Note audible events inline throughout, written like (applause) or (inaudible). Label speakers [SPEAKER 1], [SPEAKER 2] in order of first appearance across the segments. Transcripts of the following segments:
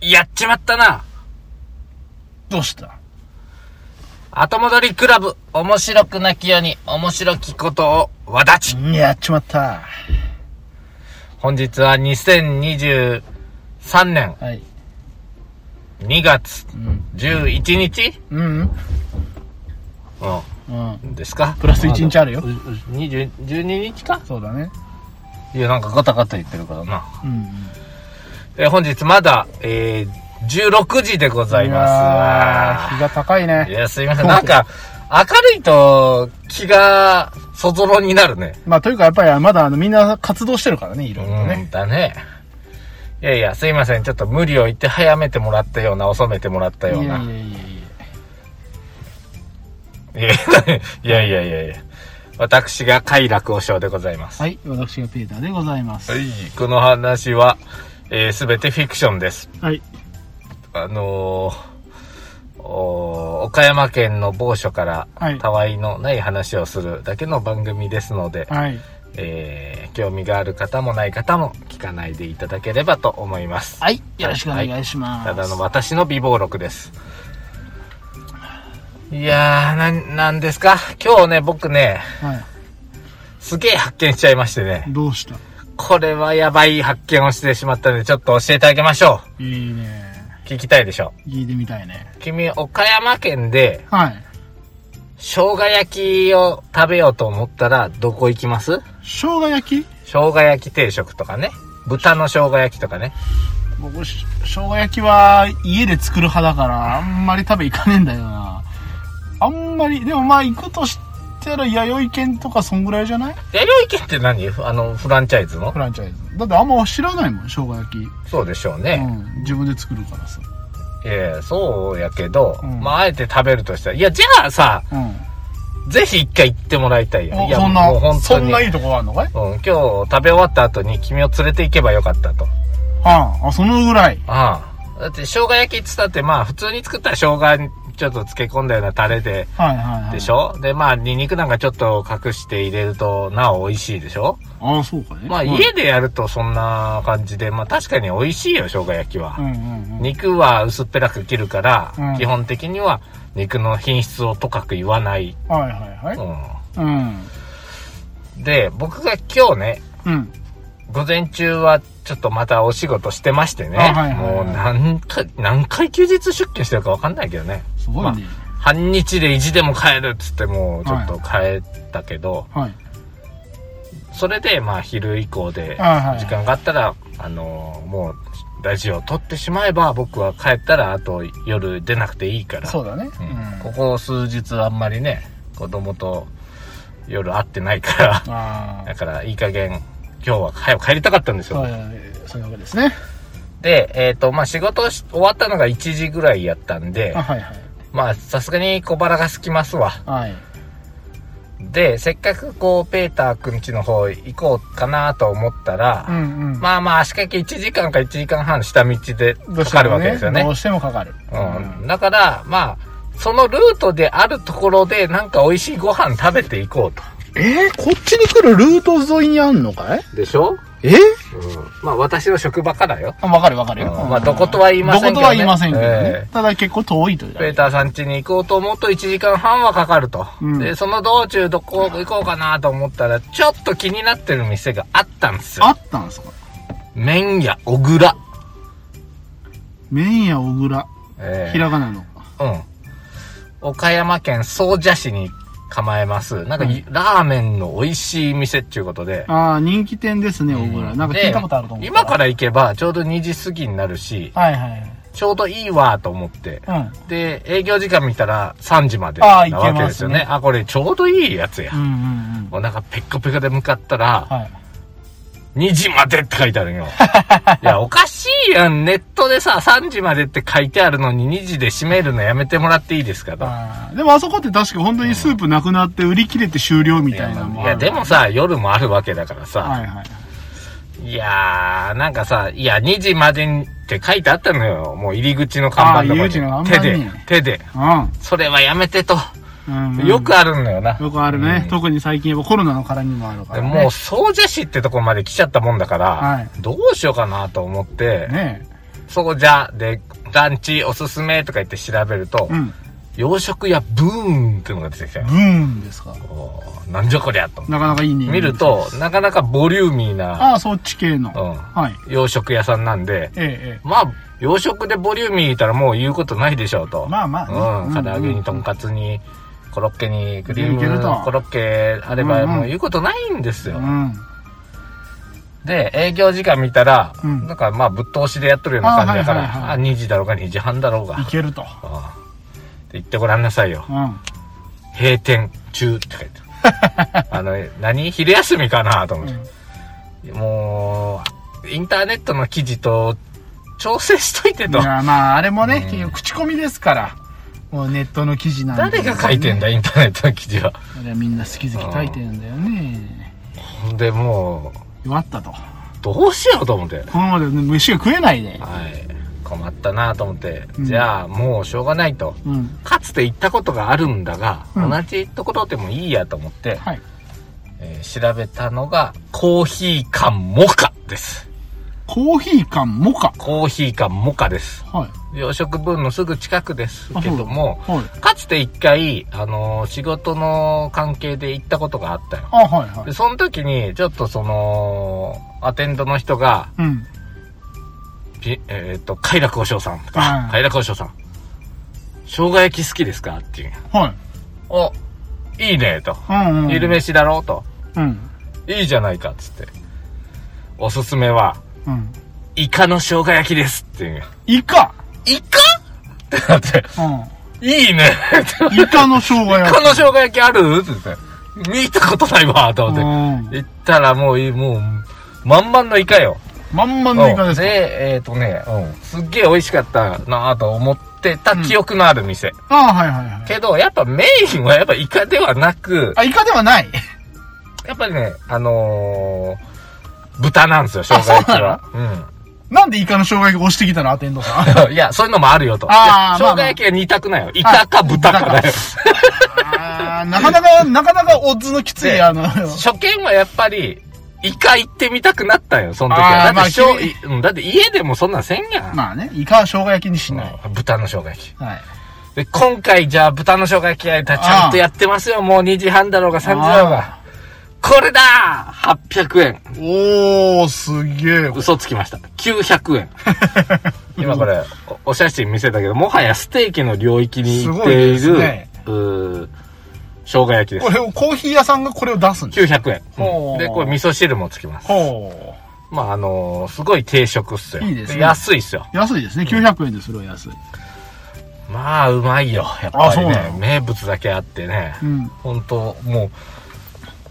[SPEAKER 1] やっちまったな。
[SPEAKER 2] どうした
[SPEAKER 1] 後戻りクラブ、面白くなきように、面白きことを、わだち。
[SPEAKER 2] やっちまった。
[SPEAKER 1] 本日は2023年
[SPEAKER 2] はい。
[SPEAKER 1] 2月11日、
[SPEAKER 2] うんうん。
[SPEAKER 1] うん、ですか
[SPEAKER 2] プラス一日あるよ
[SPEAKER 1] うう20 12日か
[SPEAKER 2] そうだね。
[SPEAKER 1] いや、なんかガタガタ言ってるからな。
[SPEAKER 2] うん。
[SPEAKER 1] えー本日まだ、えー、16時でござい
[SPEAKER 2] や
[SPEAKER 1] ま
[SPEAKER 2] ー日が高い
[SPEAKER 1] す。い
[SPEAKER 2] ね。
[SPEAKER 1] や、すいません。なんか、明るいと気がそぞろになるね。
[SPEAKER 2] まあ、というか、やっぱり、まだ、あの、みんな活動してるからね、いろいろ
[SPEAKER 1] う
[SPEAKER 2] ね。
[SPEAKER 1] んだね。いやいや、すいません。ちょっと無理を言って早めてもらったような、遅めてもらった
[SPEAKER 2] い
[SPEAKER 1] よ
[SPEAKER 2] や
[SPEAKER 1] う
[SPEAKER 2] いや
[SPEAKER 1] な。
[SPEAKER 2] いやいや
[SPEAKER 1] いやいやいやいやいや私が快楽和尚でございます。
[SPEAKER 2] はい、私がペーターでございます。
[SPEAKER 1] はい。この話は、えすべてフィクションです。
[SPEAKER 2] はい。
[SPEAKER 1] あのーお岡山県の某所から
[SPEAKER 2] はい
[SPEAKER 1] たわいのない話をするだけの番組ですので、
[SPEAKER 2] はい。
[SPEAKER 1] えー興味がある方もない方も聞かないでいただければと思います。
[SPEAKER 2] はい、よろしくお願いします。
[SPEAKER 1] ただの私の美貌録です。いやー、なん、なんですか今日ね、僕ね、
[SPEAKER 2] は
[SPEAKER 1] すげえ発見しちゃいましてね
[SPEAKER 2] い。。どうした
[SPEAKER 1] これはやばい発見をしてしまったので、ちょっと教えてあげましょ
[SPEAKER 2] いいね。
[SPEAKER 1] う。聞きたいでしょ
[SPEAKER 2] 聞いてみたいね。
[SPEAKER 1] う。君、岡山県で、
[SPEAKER 2] はい。
[SPEAKER 1] 生姜焼きを食べようと思ったら、どこ行きます
[SPEAKER 2] 生姜焼き
[SPEAKER 1] 生姜焼き定食とかね。豚の生姜焼きとかね。
[SPEAKER 2] 僕、し生姜焼きは家で作る派だから、あんまり食べ行かねえんだよな。あんまり、でもまあ行くとしたら弥生県とかそんぐらいじゃない
[SPEAKER 1] 弥生県って何あの、フランチャイズの
[SPEAKER 2] フランチャイズ。だってあんま知らないもん、生姜焼き。う
[SPEAKER 1] そうでしょうね。
[SPEAKER 2] ん。自分で作るからさ。
[SPEAKER 1] ええそうやけど、
[SPEAKER 2] うん
[SPEAKER 1] まあ、あえて食べるとしたら、いや、じゃあさ、
[SPEAKER 2] う
[SPEAKER 1] ぜひ一回行ってもらいたいよ。
[SPEAKER 2] ん。
[SPEAKER 1] いや、
[SPEAKER 2] そん
[SPEAKER 1] もう
[SPEAKER 2] な、
[SPEAKER 1] 本
[SPEAKER 2] そ
[SPEAKER 1] 当
[SPEAKER 2] ん
[SPEAKER 1] に。
[SPEAKER 2] ないいとこあんのか
[SPEAKER 1] う
[SPEAKER 2] い
[SPEAKER 1] ん、今日食べ終わった後に君を連れて行けばよかったと。
[SPEAKER 2] ああ、そのぐらい。
[SPEAKER 1] ああ。だって、生姜焼きって言ったって、まあ、普通に作ったら生姜にちょっと漬け込んだようなタレで、
[SPEAKER 2] はいはいはい。
[SPEAKER 1] でしょ、で、まあ、ニンニクなんかちょっと隠して入れると、なお美味しいでしょ
[SPEAKER 2] ああ、そうかね。
[SPEAKER 1] まあ、
[SPEAKER 2] うん
[SPEAKER 1] 家でやるとそんな感じで、まあ、確かに美味しいよ、生姜焼きは。
[SPEAKER 2] うんうんうん。
[SPEAKER 1] 肉は薄っぺらく切るから、
[SPEAKER 2] うん
[SPEAKER 1] 基本的には肉の品質をとかく言わない。
[SPEAKER 2] はいはいは
[SPEAKER 1] う
[SPEAKER 2] い。うん。
[SPEAKER 1] ん、で、僕が今日ね、
[SPEAKER 2] うん。
[SPEAKER 1] 午前中はちょっとまたお仕事してましてね。
[SPEAKER 2] あはいはいはい
[SPEAKER 1] もう何回、何回休日出勤してるかわかんないけどね。
[SPEAKER 2] すごいね。
[SPEAKER 1] 半日で意地でも帰るっつってもうちょっと帰ったけど、
[SPEAKER 2] はい。
[SPEAKER 1] それでまあ昼以降で
[SPEAKER 2] はいはい
[SPEAKER 1] 時間があったら、あのーもうラジオ撮ってしまえば僕は帰ったらあと夜出なくていいから。
[SPEAKER 2] そうだね。
[SPEAKER 1] うんこ
[SPEAKER 2] う
[SPEAKER 1] こ数日あんまりね子供と夜会ってないから
[SPEAKER 2] ん。ああ
[SPEAKER 1] だ。からいい加減今日は早く帰りたかったんですよ、
[SPEAKER 2] はいはいはい、そういうわけですね。
[SPEAKER 1] でえっ、とまあ仕事し終わったのが1時ぐらいやったんで
[SPEAKER 2] あ、はいはい。
[SPEAKER 1] まあさすがに小腹が空きますわ
[SPEAKER 2] はい。
[SPEAKER 1] でせっかくこうペーターくんちの方行こうかなと思った
[SPEAKER 2] う
[SPEAKER 1] ら、
[SPEAKER 2] んうん。
[SPEAKER 1] まあまあ足掛け1時間か1時間半下道でかかるわけですよね
[SPEAKER 2] どうしてもかかる。
[SPEAKER 1] うん、だからまあそのルートであるところでなんか美味しいご飯食べていこうと
[SPEAKER 2] えー、こっちに来るルート沿いにあんのかい
[SPEAKER 1] でしょ
[SPEAKER 2] え
[SPEAKER 1] まあ私の職場からよ。
[SPEAKER 2] わかるわかるよ。
[SPEAKER 1] うんまあどことは言いませんけどね
[SPEAKER 2] どことは言いませんけど
[SPEAKER 1] え
[SPEAKER 2] ね。ただ結構遠いというだ
[SPEAKER 1] ペ
[SPEAKER 2] け。
[SPEAKER 1] ーターさん家に行こうと思うと1時間半はかかると。
[SPEAKER 2] うん
[SPEAKER 1] で、その道中どこ行こうかなと思ったら、ちょっと気になってる店があったんですよ
[SPEAKER 2] あ。ったんですか
[SPEAKER 1] 麺屋小倉。
[SPEAKER 2] 麺や小倉、
[SPEAKER 1] え
[SPEAKER 2] ひらがなの。
[SPEAKER 1] えうん。岡山県総社市に構えます。なんかい、ラーメンの美味しい店っていうことで。
[SPEAKER 2] ああ、人気店ですね、小倉。なんか聞いたことあると思う。
[SPEAKER 1] で今か。ら行けばちょうど2時過ぎになるし、
[SPEAKER 2] はいはい
[SPEAKER 1] ちょうどいいわと思って。
[SPEAKER 2] はい。うん。
[SPEAKER 1] で、営業時間見たら3時まで
[SPEAKER 2] あ
[SPEAKER 1] な
[SPEAKER 2] あいけます
[SPEAKER 1] わ
[SPEAKER 2] ね
[SPEAKER 1] けですよね。あ、これちょうどいいやつや
[SPEAKER 2] う。んうんうん。
[SPEAKER 1] もうなんかペッコペコで向かったら、
[SPEAKER 2] はい。
[SPEAKER 1] 2時までって書いてある
[SPEAKER 2] (laughs)
[SPEAKER 1] よ。いや、おかしいやん。ネットでさ、3時までって書いてあるのに2時で閉めるのやめてもらっていいですかと。
[SPEAKER 2] あーでもあそこって確か本当にスープなくなって売り切れて終了み
[SPEAKER 1] い
[SPEAKER 2] た
[SPEAKER 1] や
[SPEAKER 2] いなのも
[SPEAKER 1] い
[SPEAKER 2] あ
[SPEAKER 1] や
[SPEAKER 2] る
[SPEAKER 1] でもさ、夜もあるわけだからさ、
[SPEAKER 2] はいはい。
[SPEAKER 1] い、やー、なんかさ、いや、2時までにって書いてあったのよ。もう入り口の看板の
[SPEAKER 2] ああ入り
[SPEAKER 1] と
[SPEAKER 2] 口の
[SPEAKER 1] こ
[SPEAKER 2] 看
[SPEAKER 1] に。
[SPEAKER 2] 板
[SPEAKER 1] 手
[SPEAKER 2] に
[SPEAKER 1] で、手で。それはやめてと。
[SPEAKER 2] うん。うんうん
[SPEAKER 1] よくあるんだよな。
[SPEAKER 2] よくあるね。特に最近やっぱコロナの絡みもあるか
[SPEAKER 1] で
[SPEAKER 2] ら、ね。
[SPEAKER 1] もう、総社市ってとこまで来ちゃったもんだから、
[SPEAKER 2] はい
[SPEAKER 1] どうしようかなと思って、
[SPEAKER 2] ね
[SPEAKER 1] そうじゃ、で、団地おすすめとか言って調べると、
[SPEAKER 2] うん。
[SPEAKER 1] 洋食屋ブーンっていうのが出てきたよ
[SPEAKER 2] ブ。ーンですか。
[SPEAKER 1] おーなんじゃこりゃと思って。
[SPEAKER 2] なかなかいいね。
[SPEAKER 1] 見ると、なかなかボリューミーな、
[SPEAKER 2] ああ、そっち系の。
[SPEAKER 1] うん
[SPEAKER 2] はい。
[SPEAKER 1] 洋食屋さんなんで、
[SPEAKER 2] ええ、え
[SPEAKER 1] まあ、洋食でボリューミー言ったらもう言うことないでしょうと。
[SPEAKER 2] まあまあね
[SPEAKER 1] うん。
[SPEAKER 2] うん
[SPEAKER 1] 唐揚げにとんかつに、コロッケにクリー
[SPEAKER 2] いけるいけると
[SPEAKER 1] ム、コロッケあれば
[SPEAKER 2] うんうん
[SPEAKER 1] もう言うことないんです
[SPEAKER 2] え。
[SPEAKER 1] よ。
[SPEAKER 2] うん。
[SPEAKER 1] で、営業時間見たら、
[SPEAKER 2] うん
[SPEAKER 1] なんかまあぶっ通しでやっとるような感じだから、
[SPEAKER 2] あ
[SPEAKER 1] あ,、
[SPEAKER 2] はいはいはい
[SPEAKER 1] 2時だろうが2時半だろうが。
[SPEAKER 2] いけると。
[SPEAKER 1] ああ行ってごらんなさいよ。
[SPEAKER 2] うん。
[SPEAKER 1] 閉店中って書いて
[SPEAKER 2] (laughs)
[SPEAKER 1] ある。あの、何昼休みかなと思って。もう、インターネットの記事と調整しといて
[SPEAKER 2] い
[SPEAKER 1] と。
[SPEAKER 2] や、まあ、あれも
[SPEAKER 1] うん
[SPEAKER 2] ね、結局口コミですから。もうネットの記事なんで。
[SPEAKER 1] 誰が書いてんだ、インターネットの記事は。
[SPEAKER 2] あれはみんな好き好き書いてるんだよね。
[SPEAKER 1] ほんで、も
[SPEAKER 2] 弱ったと。
[SPEAKER 1] う、どうしようと思って。
[SPEAKER 2] このままで飯が食えないで。
[SPEAKER 1] はい。困ったなと思って。
[SPEAKER 2] うん
[SPEAKER 1] じゃあ、もうしょうがないと。
[SPEAKER 2] うん。
[SPEAKER 1] かつて行ったことがあるんだが、
[SPEAKER 2] うん
[SPEAKER 1] 同じところでもいいやと思って、
[SPEAKER 2] はい。
[SPEAKER 1] えー調べたのが、コーヒー館モカです。
[SPEAKER 2] コーヒー缶モカ。
[SPEAKER 1] コーヒー館モカです。
[SPEAKER 2] はい。
[SPEAKER 1] 洋食分のすぐ近くです
[SPEAKER 2] あ
[SPEAKER 1] けども、
[SPEAKER 2] そうはい。
[SPEAKER 1] かつて一回、あのー仕事の関係で行ったことがあったよ。
[SPEAKER 2] あ、はいは
[SPEAKER 1] で、
[SPEAKER 2] い。
[SPEAKER 1] その時に、ちょっとその、アテンドの人が、
[SPEAKER 2] うん。
[SPEAKER 1] ピえっ、と、快楽和尚さん。
[SPEAKER 2] はい
[SPEAKER 1] 快楽和尚さん。生姜焼き好きですかっていう。
[SPEAKER 2] はい。
[SPEAKER 1] お、いいね、と。
[SPEAKER 2] うんうん。
[SPEAKER 1] 昼飯だろうと。
[SPEAKER 2] うん。
[SPEAKER 1] いいじゃないか、つって。おすすめは、
[SPEAKER 2] うん。
[SPEAKER 1] イカの生姜焼きですっていう。
[SPEAKER 2] イカ。
[SPEAKER 1] イカってなって、
[SPEAKER 2] う
[SPEAKER 1] いいねって
[SPEAKER 2] (laughs) ん。イカの生姜
[SPEAKER 1] イ
[SPEAKER 2] 焼
[SPEAKER 1] カの生姜焼きあるって言って。見たことないわ、と思っ
[SPEAKER 2] き。
[SPEAKER 1] て。行ったらもういい、もう、満々のイカよ。
[SPEAKER 2] うん。まんまんのイカです
[SPEAKER 1] うん
[SPEAKER 2] か。
[SPEAKER 1] でえっ、とね、うん、すっげえ美味しかったなぁと思ってた記憶のある店。
[SPEAKER 2] あはいはいはい。
[SPEAKER 1] けど、やっぱメインはやっぱイカではなく、
[SPEAKER 2] あ、イカではない。 (laughs)
[SPEAKER 1] やっぱりね、あのー、豚なんですよ、生姜焼きは。
[SPEAKER 2] なんでイカの生姜焼き押してきたのアテンド (laughs) さん。
[SPEAKER 1] うん。い (laughs) や、そういうのもあるよと。
[SPEAKER 2] あー
[SPEAKER 1] いや生姜焼きは二択なんよ。イカか豚かだよ。
[SPEAKER 2] あーなかなか、なかなかオッズのきつい、
[SPEAKER 1] で
[SPEAKER 2] あの、 (laughs)
[SPEAKER 1] 初見はやっぱり、イカ行ってみたくなったよ、その時
[SPEAKER 2] あ
[SPEAKER 1] は。
[SPEAKER 2] ー
[SPEAKER 1] だってしょ
[SPEAKER 2] まあ
[SPEAKER 1] いうんだって家でもそんなんせんやん。
[SPEAKER 2] まあね、イカは生姜焼きにしない。
[SPEAKER 1] うん豚の生姜焼き。
[SPEAKER 2] はい。
[SPEAKER 1] で、今回じゃあ豚の生姜焼きやったらちゃんとやってますよ。もう2時半だろうが3時だろうが。これだ !800 円。
[SPEAKER 2] おー、すげえ。
[SPEAKER 1] 嘘つきました。900円。
[SPEAKER 2] (laughs)
[SPEAKER 1] 今これ、おお写真見せたけど、もはやステーキの領域に行っている、
[SPEAKER 2] すごいですね
[SPEAKER 1] うー生姜焼きです
[SPEAKER 2] こ。れを、コーヒー屋さんがこれを出すんです。
[SPEAKER 1] 900円、
[SPEAKER 2] ほう
[SPEAKER 1] で、これ味噌汁もつきます。
[SPEAKER 2] ほ
[SPEAKER 1] まあ、あのーすごい定食っすよ。
[SPEAKER 2] いいですね
[SPEAKER 1] 安いっすよ。
[SPEAKER 2] う。安いですね。900円でそれは安い。
[SPEAKER 1] まあ、うまいよ。やっぱり
[SPEAKER 2] あそうな
[SPEAKER 1] ね
[SPEAKER 2] の。
[SPEAKER 1] 名物だけあってね。
[SPEAKER 2] うん。
[SPEAKER 1] 本当もう、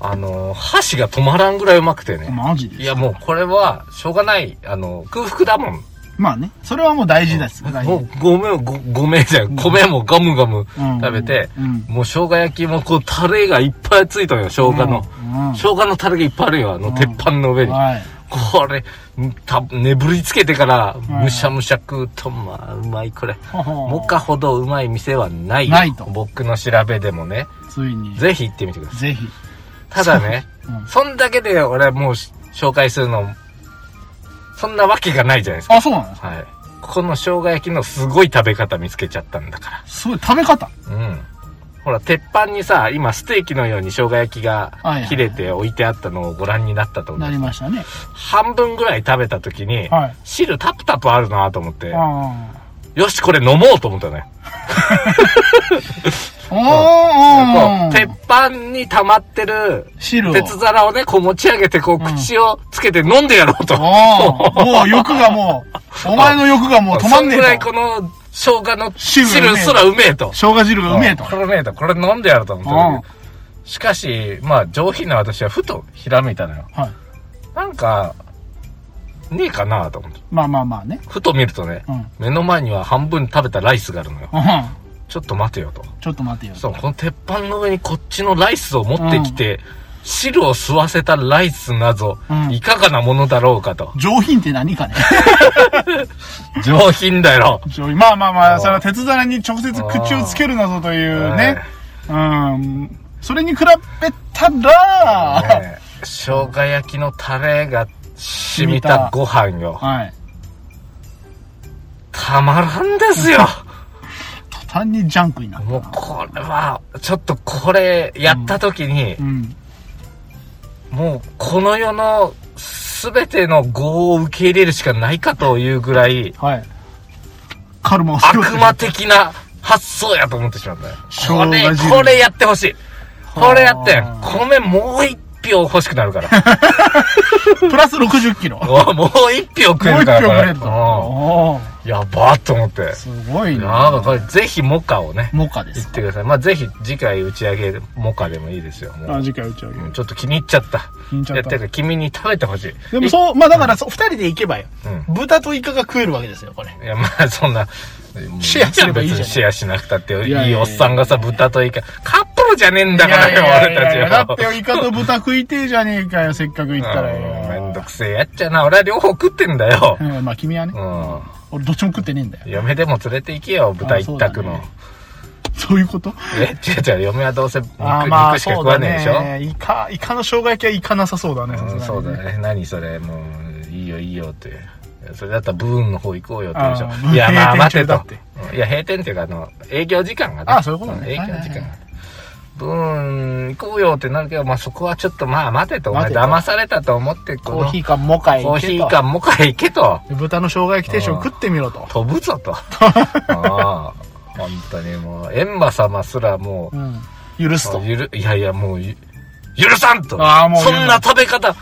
[SPEAKER 1] あのー箸が止まらんぐらいうまくてね。
[SPEAKER 2] マジです。
[SPEAKER 1] いや、もうこれは、しょうがない、あの、空腹だもん。
[SPEAKER 2] まあね、それはもう大事です。大
[SPEAKER 1] も
[SPEAKER 2] 事。
[SPEAKER 1] うごめん、ごごめんじゃん。米もガムガム
[SPEAKER 2] うん
[SPEAKER 1] 食べて、
[SPEAKER 2] うん
[SPEAKER 1] もう生姜焼きもこうタレがいっぱいついたのよ、生姜の。
[SPEAKER 2] うんうん
[SPEAKER 1] 生姜のタレがいっぱいあるよ、あの鉄板の上に。
[SPEAKER 2] はい。
[SPEAKER 1] これ、た眠りつけてから、むしゃむしゃ食うと、まあ、うまい、これ。
[SPEAKER 2] ほほ
[SPEAKER 1] モカほどうまい店はないよ。
[SPEAKER 2] ないと
[SPEAKER 1] 僕の調べでもね、
[SPEAKER 2] ついに。ぜ
[SPEAKER 1] ぜひ行ってみてください。
[SPEAKER 2] ひ。
[SPEAKER 1] ただね、
[SPEAKER 2] うん
[SPEAKER 1] そんだけで俺はもうし紹介するの、そんなわけがないじゃないですか。
[SPEAKER 2] あ、そうなんですか
[SPEAKER 1] はい。この生姜焼きのすごい食べ方見つけちゃったんだか
[SPEAKER 2] すごい、食べ方。
[SPEAKER 1] ら。うん。ほら、鉄板にさ、今ステーキのように生姜焼きが
[SPEAKER 2] はいはい
[SPEAKER 1] 切れて置いてあったのをご覧になったと思
[SPEAKER 2] な
[SPEAKER 1] う。
[SPEAKER 2] りましたね。
[SPEAKER 1] 半分ぐらい食べた時に、
[SPEAKER 2] はい
[SPEAKER 1] 汁タプタプあるなと思って、
[SPEAKER 2] あ
[SPEAKER 1] よし、これ飲もうと思ったね。
[SPEAKER 2] あ。おー、
[SPEAKER 1] こう、鉄板に溜まってる
[SPEAKER 2] 汁を。
[SPEAKER 1] 鉄皿をね、こう持ち上げて、こう、口をつけて飲んでやろうと。
[SPEAKER 2] おーもう欲がもう、お前の欲がもう止まんね
[SPEAKER 1] そんぐら
[SPEAKER 2] え。
[SPEAKER 1] いことの生姜の汁
[SPEAKER 2] 汁
[SPEAKER 1] すらうめえと。
[SPEAKER 2] 生姜汁がうめえと
[SPEAKER 1] こ。れうめえと。これ飲んでやると思ったんだけどしかし、まあ上品な私はふとひらめいたのよ。
[SPEAKER 2] はい。
[SPEAKER 1] なんか、ねえかなと思って。
[SPEAKER 2] まあまあまあね。
[SPEAKER 1] ふと見るとね、
[SPEAKER 2] うん。うん。
[SPEAKER 1] 目の前には半分食べたライスがあるのよ。ちょっと待てよと。
[SPEAKER 2] ちょっと待てよ。
[SPEAKER 1] そう、この鉄板の上にこっちのライスを持ってきて、汁を吸わせたライスなど、
[SPEAKER 2] うん
[SPEAKER 1] いかがなものだろうかと。
[SPEAKER 2] 上品って何
[SPEAKER 1] (laughs)
[SPEAKER 2] かね。
[SPEAKER 1] 上品だよ。
[SPEAKER 2] 上品。まあまあま
[SPEAKER 1] あー
[SPEAKER 2] あ、それは鉄皿に直接口をつけるなどというね。うん。それに比べたら、 (laughs)
[SPEAKER 1] ねえ生姜焼きのタレが染みたご飯よ。
[SPEAKER 2] はい。
[SPEAKER 1] たまらんですよ。
[SPEAKER 2] 途端にジャンクになった
[SPEAKER 1] もう
[SPEAKER 2] な
[SPEAKER 1] これは、ちょっとこれやった時に
[SPEAKER 2] う、ん
[SPEAKER 1] もうこの世の全ての業を受け入れるしかないかというぐらい、
[SPEAKER 2] はいカルマを背負って
[SPEAKER 1] 悪魔的な発想やと思ってしまったよこ
[SPEAKER 2] 生
[SPEAKER 1] れ
[SPEAKER 2] 姜、汁
[SPEAKER 1] これやってほしい。これやって
[SPEAKER 2] はあ、
[SPEAKER 1] 米もう一票欲しくなるから。
[SPEAKER 2] (laughs) プラス6 0キロもう
[SPEAKER 1] おもう一票食え
[SPEAKER 2] 1
[SPEAKER 1] るから、
[SPEAKER 2] 票
[SPEAKER 1] こ
[SPEAKER 2] く
[SPEAKER 1] れ。
[SPEAKER 2] れとおー
[SPEAKER 1] うんやばーと思って。
[SPEAKER 2] すごい
[SPEAKER 1] な
[SPEAKER 2] なん
[SPEAKER 1] かこれ、ぜひモカをね、
[SPEAKER 2] モカで
[SPEAKER 1] 言っ
[SPEAKER 2] す
[SPEAKER 1] てください。まあぜひ次回打ち上げモカでもいいですよ。もう
[SPEAKER 2] あ次回打ち上げ
[SPEAKER 1] う
[SPEAKER 2] る
[SPEAKER 1] んちょっと気に入っちゃった。
[SPEAKER 2] 気に入っちゃった
[SPEAKER 1] やってる君に食べてほしい。
[SPEAKER 2] でもそうまあだからそう2人で行けばよ
[SPEAKER 1] うん
[SPEAKER 2] 豚とイカが食えるわけですよこれ
[SPEAKER 1] いや、まあ、そんな、
[SPEAKER 2] シェアすればいいじゃん
[SPEAKER 1] 別にシェアしなくたって、
[SPEAKER 2] いやいや
[SPEAKER 1] いいおっさんがさ、豚とイカ、カップルじゃねえんだ
[SPEAKER 2] い
[SPEAKER 1] か
[SPEAKER 2] や
[SPEAKER 1] ら
[SPEAKER 2] い
[SPEAKER 1] よ、
[SPEAKER 2] やい
[SPEAKER 1] 俺
[SPEAKER 2] や
[SPEAKER 1] た
[SPEAKER 2] い
[SPEAKER 1] ち
[SPEAKER 2] やだって
[SPEAKER 1] は。
[SPEAKER 2] よイカと豚食いてえじゃねえかよせっかく行ったら
[SPEAKER 1] うんめんど
[SPEAKER 2] よ
[SPEAKER 1] くせえやっちゃな。俺は両方食ってんだよ。
[SPEAKER 2] うんまあ君はね
[SPEAKER 1] うん。
[SPEAKER 2] 俺どっちも食ってねえんだよ
[SPEAKER 1] 嫁でも連れて行けよ、豚一択の。
[SPEAKER 2] あそういうこと
[SPEAKER 1] え、違う違う、嫁はどうせ肉,、
[SPEAKER 2] あーまあ
[SPEAKER 1] 肉しか
[SPEAKER 2] そ
[SPEAKER 1] 食
[SPEAKER 2] うだ
[SPEAKER 1] わねえでしょ
[SPEAKER 2] ねイカイカの生姜焼きはイカなさそうだね
[SPEAKER 1] うん、
[SPEAKER 2] さす
[SPEAKER 1] そ
[SPEAKER 2] が
[SPEAKER 1] う
[SPEAKER 2] に
[SPEAKER 1] だね。何それ、もう、いいよいいよって。それだったらブーンの方行こうよって言うでし
[SPEAKER 2] あ
[SPEAKER 1] ょ。
[SPEAKER 2] ー
[SPEAKER 1] いや、まあ
[SPEAKER 2] 閉店
[SPEAKER 1] 待て
[SPEAKER 2] 中だ
[SPEAKER 1] と
[SPEAKER 2] っ。て
[SPEAKER 1] うんいや、閉店っていうか、あの、営業時間がね。
[SPEAKER 2] あーそういうことね
[SPEAKER 1] ん営業時
[SPEAKER 2] はいはい
[SPEAKER 1] 間
[SPEAKER 2] は
[SPEAKER 1] が。ブーン、行こうよってなるけど、まあそこはちょっと、まあ待てと。お前
[SPEAKER 2] 待てと
[SPEAKER 1] 騙されたと思って、こ
[SPEAKER 2] コ
[SPEAKER 1] の
[SPEAKER 2] ーヒーかモカへ
[SPEAKER 1] コ
[SPEAKER 2] 行
[SPEAKER 1] ー
[SPEAKER 2] け
[SPEAKER 1] ヒ
[SPEAKER 2] と
[SPEAKER 1] ーかもか行けと。
[SPEAKER 2] 豚の生姜焼き定食食ってみろと
[SPEAKER 1] 飛ぶぞ
[SPEAKER 2] (laughs)
[SPEAKER 1] と。ああ、本当にもう、エンマ様すらもう、
[SPEAKER 2] うん許すと
[SPEAKER 1] ゆるいやいやもうゆ許さんと
[SPEAKER 2] あーもう
[SPEAKER 1] そんな食べ方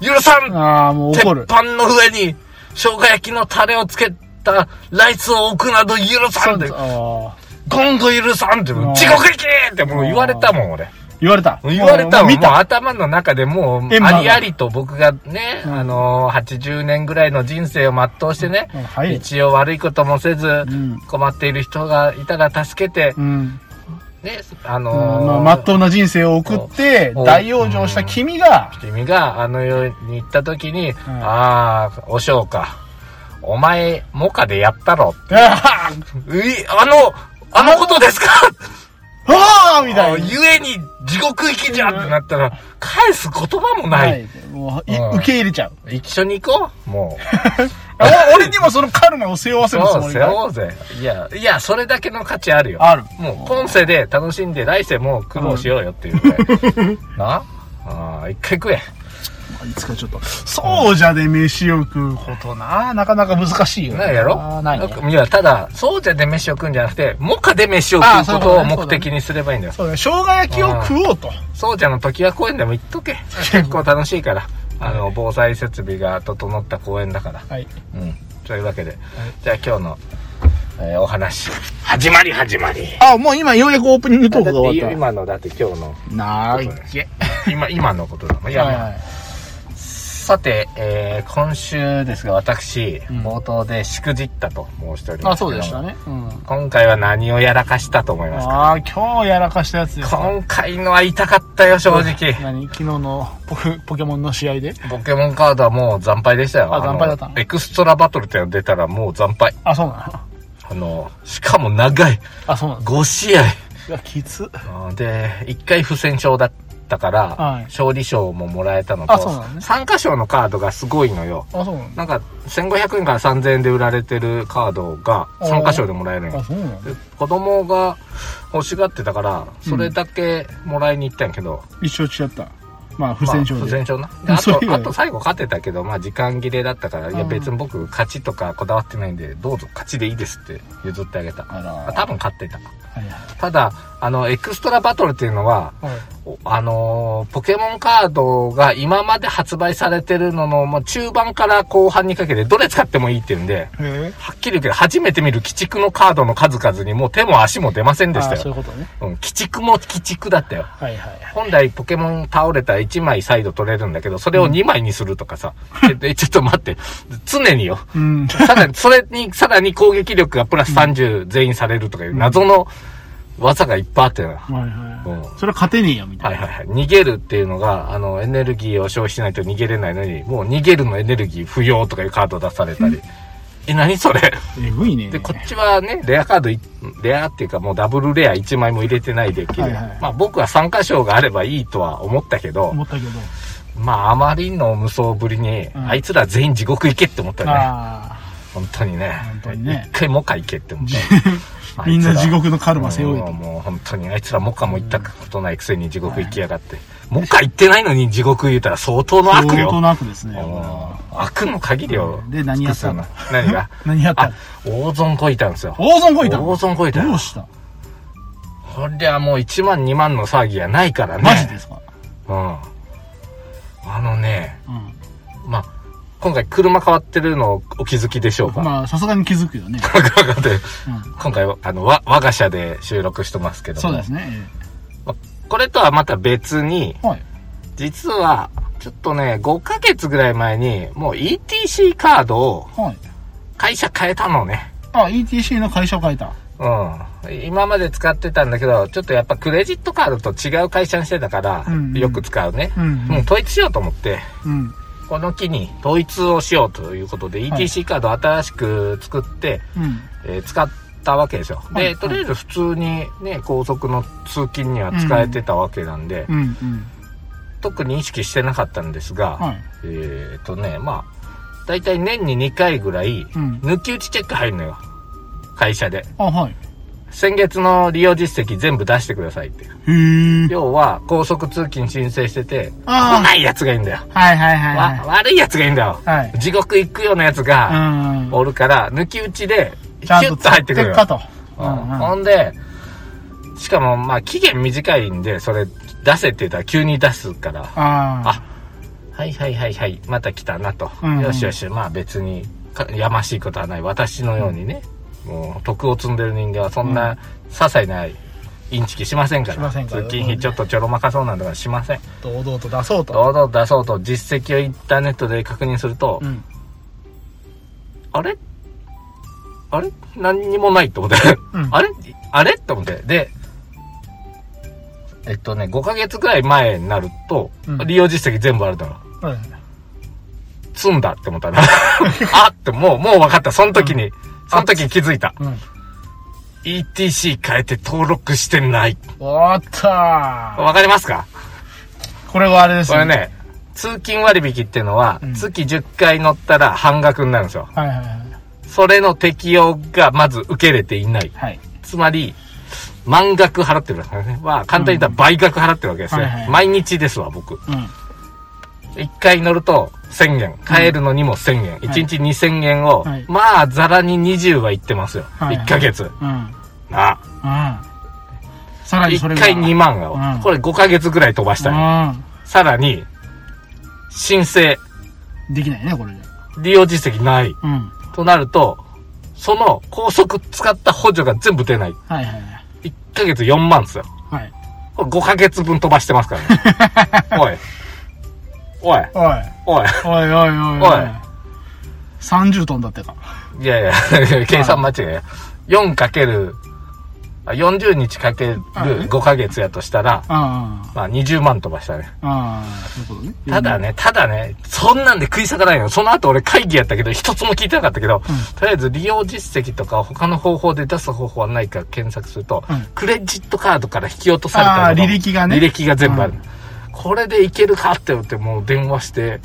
[SPEAKER 1] 許さん
[SPEAKER 2] ああもう
[SPEAKER 1] 鉄
[SPEAKER 2] 怒る
[SPEAKER 1] 板の上に生姜焼きのタレをつけたライスを置くなど許さんで
[SPEAKER 2] ああ
[SPEAKER 1] 今後許さんってもう
[SPEAKER 2] あー
[SPEAKER 1] 地獄行けってもう言われたもん俺
[SPEAKER 2] 言われた
[SPEAKER 1] 言われたも
[SPEAKER 2] もうん見
[SPEAKER 1] もう
[SPEAKER 2] た
[SPEAKER 1] 頭の中でもう
[SPEAKER 2] エンマが
[SPEAKER 1] ありありと僕がね、
[SPEAKER 2] うん
[SPEAKER 1] あのー80年ぐらいの人生を全うしてね、
[SPEAKER 2] うんはい
[SPEAKER 1] 一応悪いこともせず、
[SPEAKER 2] ん
[SPEAKER 1] 困っている人がいたら助けて、
[SPEAKER 2] うん
[SPEAKER 1] ねあ
[SPEAKER 2] うん
[SPEAKER 1] のー
[SPEAKER 2] まあまっとうな人生を送って
[SPEAKER 1] お
[SPEAKER 2] 大往生した君が
[SPEAKER 1] 君があの世に行った時に、ああ、おしょうか。お前、モカでやったろ。
[SPEAKER 2] あ
[SPEAKER 1] うい、あの、あのことですか
[SPEAKER 2] あみた
[SPEAKER 1] あ
[SPEAKER 2] いな
[SPEAKER 1] ゆえに地獄行きじゃってなったら、返す言葉もない。
[SPEAKER 2] もうい
[SPEAKER 1] うん
[SPEAKER 2] 受け入れちゃう
[SPEAKER 1] 一緒に行こうも
[SPEAKER 2] あ俺にも (laughs) そのカルマを背負わ
[SPEAKER 1] う。
[SPEAKER 2] せるつ
[SPEAKER 1] そ
[SPEAKER 2] も
[SPEAKER 1] う、
[SPEAKER 2] り
[SPEAKER 1] 背
[SPEAKER 2] が
[SPEAKER 1] 負おうぜ。いや、いや、それだけの価値あるよ。
[SPEAKER 2] ある
[SPEAKER 1] もう、今世で楽しんで、来世も苦労しようよっていうぐらい。なああ、一回食え。
[SPEAKER 2] いつかちょっとそうじゃで飯を食うことななかなか難しいよね
[SPEAKER 1] なんやろ
[SPEAKER 2] あーないね
[SPEAKER 1] いや、ただ、そうじゃで飯を食うんじゃなくて、モカで飯を
[SPEAKER 2] あ
[SPEAKER 1] 食
[SPEAKER 2] ーそうう
[SPEAKER 1] こと
[SPEAKER 2] いうこと
[SPEAKER 1] を
[SPEAKER 2] ね
[SPEAKER 1] 目的にすればいいんだよ。
[SPEAKER 2] そうだね生姜焼きを食おうと
[SPEAKER 1] そうじゃの時は公園でも行っとけ。結構楽しいから。あの、防災設備が整った公園だから。
[SPEAKER 2] はい
[SPEAKER 1] うん。というわけで、じゃあ今日の、えーお話。始まり始まり。
[SPEAKER 2] あもう今ようやくオープニングトークが終わっ
[SPEAKER 1] 今の、だって今日の、
[SPEAKER 2] たな
[SPEAKER 1] そうだね今、今のことだもん。いや、
[SPEAKER 2] はい
[SPEAKER 1] さて、えー今週ですが、私、
[SPEAKER 2] ん
[SPEAKER 1] 冒頭でしくじったと申しておりま
[SPEAKER 2] あ
[SPEAKER 1] すけど
[SPEAKER 2] そうでした。ねうん
[SPEAKER 1] 今回は何をやらかしたと思いますか
[SPEAKER 2] ああ、今日やらかしたやつですね。
[SPEAKER 1] 今回のは痛かったよ、正直。
[SPEAKER 2] 何昨日のポケポケモンの試合で
[SPEAKER 1] ポケモンカードはもう惨敗でしたよ。
[SPEAKER 2] あ惨敗だった
[SPEAKER 1] あのエクストラバトルってのが出たらもう惨敗。
[SPEAKER 2] あ、そうなの
[SPEAKER 1] あの、しかも長い。
[SPEAKER 2] あ、そうなの
[SPEAKER 1] 5試合。
[SPEAKER 2] いや、きつ。
[SPEAKER 1] あーで、1回不戦勝だったから、
[SPEAKER 2] はい
[SPEAKER 1] 勝利賞ももらえたの
[SPEAKER 2] あ
[SPEAKER 1] と、
[SPEAKER 2] そうなのね
[SPEAKER 1] 参加賞のカードがすごいのよ。
[SPEAKER 2] あ、そうなの
[SPEAKER 1] なんか、1500円から3000円で売られてるカードが
[SPEAKER 2] おー
[SPEAKER 1] 参加賞でもらえるの
[SPEAKER 2] あ、
[SPEAKER 1] よ。
[SPEAKER 2] そうなの
[SPEAKER 1] で子供が欲しがってたから、それだけもらいに行ったんやけど、
[SPEAKER 2] 一生違った。まあ、不
[SPEAKER 1] まあ
[SPEAKER 2] 戦勝
[SPEAKER 1] 不
[SPEAKER 2] で。
[SPEAKER 1] 戦勝な。
[SPEAKER 2] (laughs)
[SPEAKER 1] であ
[SPEAKER 2] そういう
[SPEAKER 1] と、
[SPEAKER 2] わ
[SPEAKER 1] あ
[SPEAKER 2] け
[SPEAKER 1] と最後勝てたけど、まあ時間切れだったから、いや
[SPEAKER 2] うん
[SPEAKER 1] 別に僕勝ちとかこだわってないんで、どうぞ勝ちでいいですって譲ってあげた。
[SPEAKER 2] あら
[SPEAKER 1] まあ多分勝ってた。
[SPEAKER 2] はいは
[SPEAKER 1] ただ、あの、エクストラバトルっていうのは、
[SPEAKER 2] いはい
[SPEAKER 1] おあのーポケモンカードが今まで発売されてるのの、まあ、中盤から後半にかけてどれ使ってもいいっていうんで、
[SPEAKER 2] へえ。
[SPEAKER 1] はっきり言うけど、初めて見る鬼畜のカードの数々にもう手も足も出ませんでし
[SPEAKER 2] あ
[SPEAKER 1] た
[SPEAKER 2] そうい
[SPEAKER 1] よ。
[SPEAKER 2] うことね。
[SPEAKER 1] うん、鬼畜も鬼畜だったよ。
[SPEAKER 2] はいはいはい。
[SPEAKER 1] 本来ポケモン倒れたら1枚再度取れるんだけど、それを2枚にするとかさ。で、ちょっと待って。常によ。
[SPEAKER 2] うん。
[SPEAKER 1] さらに、 (laughs) それに、さらに攻撃力がプラス30全員されるとかいう謎の技がいっぱいあってな。
[SPEAKER 2] はい
[SPEAKER 1] うん
[SPEAKER 2] はい。それは勝てねえよ、みた
[SPEAKER 1] はいい
[SPEAKER 2] な。
[SPEAKER 1] はいはい。逃げるっていうのが、あの、エネルギーを消費しないと逃げれないのに、もう逃げるのエネルギー不要とかいうカード出されたり。え、何それ
[SPEAKER 2] えぐいね。
[SPEAKER 1] で、こっちはね、レアカードい、レアっていうかもうダブルレア1枚も入れてないデッキで、
[SPEAKER 2] はいはい
[SPEAKER 1] まあ僕は参加賞があればいいとは思ったけど、
[SPEAKER 2] 思ったけど。
[SPEAKER 1] まあ、あまりの無双ぶりに、
[SPEAKER 2] ん
[SPEAKER 1] あいつら全員地獄行けって思ったね。
[SPEAKER 2] ああ。
[SPEAKER 1] 本当にね
[SPEAKER 2] 本当にね
[SPEAKER 1] 一回モカ行けって思った
[SPEAKER 2] みんな地獄
[SPEAKER 1] の
[SPEAKER 2] のカルマ背負え
[SPEAKER 1] もう
[SPEAKER 2] と。
[SPEAKER 1] もう本当にあいつらモカも行ったことないくせに地獄行きやがって、モカ行ってないのに地獄言うたら相当の悪
[SPEAKER 2] 相
[SPEAKER 1] よ
[SPEAKER 2] 当の悪ですね。これは
[SPEAKER 1] うん悪の限りを
[SPEAKER 2] で何やったの
[SPEAKER 1] 尽くすよな何
[SPEAKER 2] (laughs)
[SPEAKER 1] が
[SPEAKER 2] 何やった
[SPEAKER 1] あ大損こいたんですよ
[SPEAKER 2] 大損こいたの
[SPEAKER 1] 大損こいた
[SPEAKER 2] ど
[SPEAKER 1] よ
[SPEAKER 2] うした
[SPEAKER 1] こりゃもう1万2万の騒ぎやないからね
[SPEAKER 2] マジですか
[SPEAKER 1] うんあのね
[SPEAKER 2] うん。
[SPEAKER 1] まあ今回車変わってるのお気づきでしょうか、
[SPEAKER 2] まあ、さすがに気づくよね。
[SPEAKER 1] わかってる
[SPEAKER 2] うん
[SPEAKER 1] (laughs) 今回はあのわ我が社で収録してますけども
[SPEAKER 2] そうですね。
[SPEAKER 1] まこれとはまた別に
[SPEAKER 2] ええはい。
[SPEAKER 1] 実はちょっとね5ヶ月ぐらい前にもう ETC カードを
[SPEAKER 2] はい。
[SPEAKER 1] 会社変えたのね
[SPEAKER 2] あ、ETC の会社を変えた。
[SPEAKER 1] うん今まで使ってたんだけどちょっとやっぱクレジットカードと違う会社にしてたから、
[SPEAKER 2] うんうん
[SPEAKER 1] よく使うね、
[SPEAKER 2] うん
[SPEAKER 1] もう統一しようと思って
[SPEAKER 2] うん。
[SPEAKER 1] この機に統一をしようということで、
[SPEAKER 2] はい
[SPEAKER 1] ETC カードを新しく作って、
[SPEAKER 2] うん。
[SPEAKER 1] えー使ったわけですよ。で、
[SPEAKER 2] はい
[SPEAKER 1] とりあえず普通にね、高速の通勤には使えてたわけなんで、
[SPEAKER 2] うん。うん。
[SPEAKER 1] 特に意識してなかったんですが、
[SPEAKER 2] はい。
[SPEAKER 1] えーっとね、まあ、だいたい年に2回ぐらい、
[SPEAKER 2] うん。
[SPEAKER 1] 抜き打ちチェック入るのよ。会社で。
[SPEAKER 2] あ、はい。
[SPEAKER 1] 先月の利用実績全部出してくださいって。
[SPEAKER 2] へえ。
[SPEAKER 1] 要は、高速通勤申請してて、来
[SPEAKER 2] あ
[SPEAKER 1] ないやつがいいんだよ。
[SPEAKER 2] あ。はいはいはい
[SPEAKER 1] わ悪いやつがいいんだよ。
[SPEAKER 2] はい。はい。
[SPEAKER 1] 地獄行くようなやつが、
[SPEAKER 2] うん。
[SPEAKER 1] おるから、抜き打ちで、キ
[SPEAKER 2] ちゃん
[SPEAKER 1] ュッ
[SPEAKER 2] と
[SPEAKER 1] と入ってくる
[SPEAKER 2] っ
[SPEAKER 1] よ
[SPEAKER 2] か。と。
[SPEAKER 1] う
[SPEAKER 2] うんんうん
[SPEAKER 1] ほんで、しかも、まあ、期限短いんで、それ、出せって言ったら急に出すから、
[SPEAKER 2] あ
[SPEAKER 1] あはいはいはいはい、また来たなと。
[SPEAKER 2] うんうん
[SPEAKER 1] よしよし、まあ別に、かやましいことはない。私のようにね、もう、徳を積んでる人間は、そん
[SPEAKER 2] う
[SPEAKER 1] な、些細なインチキしませんから、
[SPEAKER 2] しませんから
[SPEAKER 1] 通勤費ちょっとちょろまかそうなんとかしません。
[SPEAKER 2] あ。堂々と出そうと。
[SPEAKER 1] 堂々出そうと、実績をインターネットで確認すると、
[SPEAKER 2] うん。
[SPEAKER 1] あれあれ何にもないって思って。
[SPEAKER 2] うん
[SPEAKER 1] あれあれって思って。で、えっとね、5ヶ月ぐらい前になると、
[SPEAKER 2] うん
[SPEAKER 1] 利用実績全部あるだろ。
[SPEAKER 2] はい
[SPEAKER 1] 積んだって思った
[SPEAKER 2] (laughs)
[SPEAKER 1] な。あって、もう、もう分かった。その時に、その時に気づいた。
[SPEAKER 2] うん。
[SPEAKER 1] ETC 変えて登録してない。
[SPEAKER 2] おーっとー
[SPEAKER 1] わかりますか
[SPEAKER 2] これはあれです
[SPEAKER 1] これ。ね、通勤割引っていうのは、
[SPEAKER 2] うん
[SPEAKER 1] 月10回乗ったら半額になるんですよ。
[SPEAKER 2] はいはいはい。
[SPEAKER 1] それの適用がまず受けれていない。
[SPEAKER 2] はい。
[SPEAKER 1] つまり、満額払ってるわけですね。まあ、簡単に言ったら倍額払ってるわけですね。
[SPEAKER 2] はいはい
[SPEAKER 1] 毎日ですわ、僕。
[SPEAKER 2] うん。
[SPEAKER 1] 一回乗ると1000円。帰るのにも1000円。一、
[SPEAKER 2] はい
[SPEAKER 1] 日2000円を、
[SPEAKER 2] はい
[SPEAKER 1] まあ、ざらに20は行ってますよ。
[SPEAKER 2] はいはい
[SPEAKER 1] 1ヶ月。
[SPEAKER 2] うん。
[SPEAKER 1] なあ。
[SPEAKER 2] うん。さらに
[SPEAKER 1] 一
[SPEAKER 2] それが。
[SPEAKER 1] 回2万を、
[SPEAKER 2] うん
[SPEAKER 1] これ5ヶ月ぐらい飛ばしたい、さらに、申請、
[SPEAKER 2] うん。できないね、これで。
[SPEAKER 1] 利用実績ない。
[SPEAKER 2] うん。
[SPEAKER 1] となると、その高速使った補助が全部出ない。
[SPEAKER 2] はいはいはい。
[SPEAKER 1] 1ヶ月4万ですよ。
[SPEAKER 2] はい。
[SPEAKER 1] これ5ヶ月分飛ばしてますからね。おい。おい。
[SPEAKER 2] おい。
[SPEAKER 1] おい。
[SPEAKER 2] おいおいおい
[SPEAKER 1] おい。
[SPEAKER 2] 30トンだってか。
[SPEAKER 1] いやいや、計算間違いや。4かける、あ40日かける5ヶ月やとしたら、
[SPEAKER 2] あ
[SPEAKER 1] まあ20万飛ばしたね。
[SPEAKER 2] あ。ああ。そういうことね。
[SPEAKER 1] ただね、ただね、そんなんで食い下がらないの。その後俺会議やったけど、一つも聞いてなかったけど、とりあえず利用実績とか他の方法で出す方法はないか検索すると、
[SPEAKER 2] うん
[SPEAKER 1] クレジットカードから引き落とされたのが
[SPEAKER 2] あー履歴がね
[SPEAKER 1] 履歴が全部ある。
[SPEAKER 2] うん
[SPEAKER 1] これでいけるかって言って、もう電話して、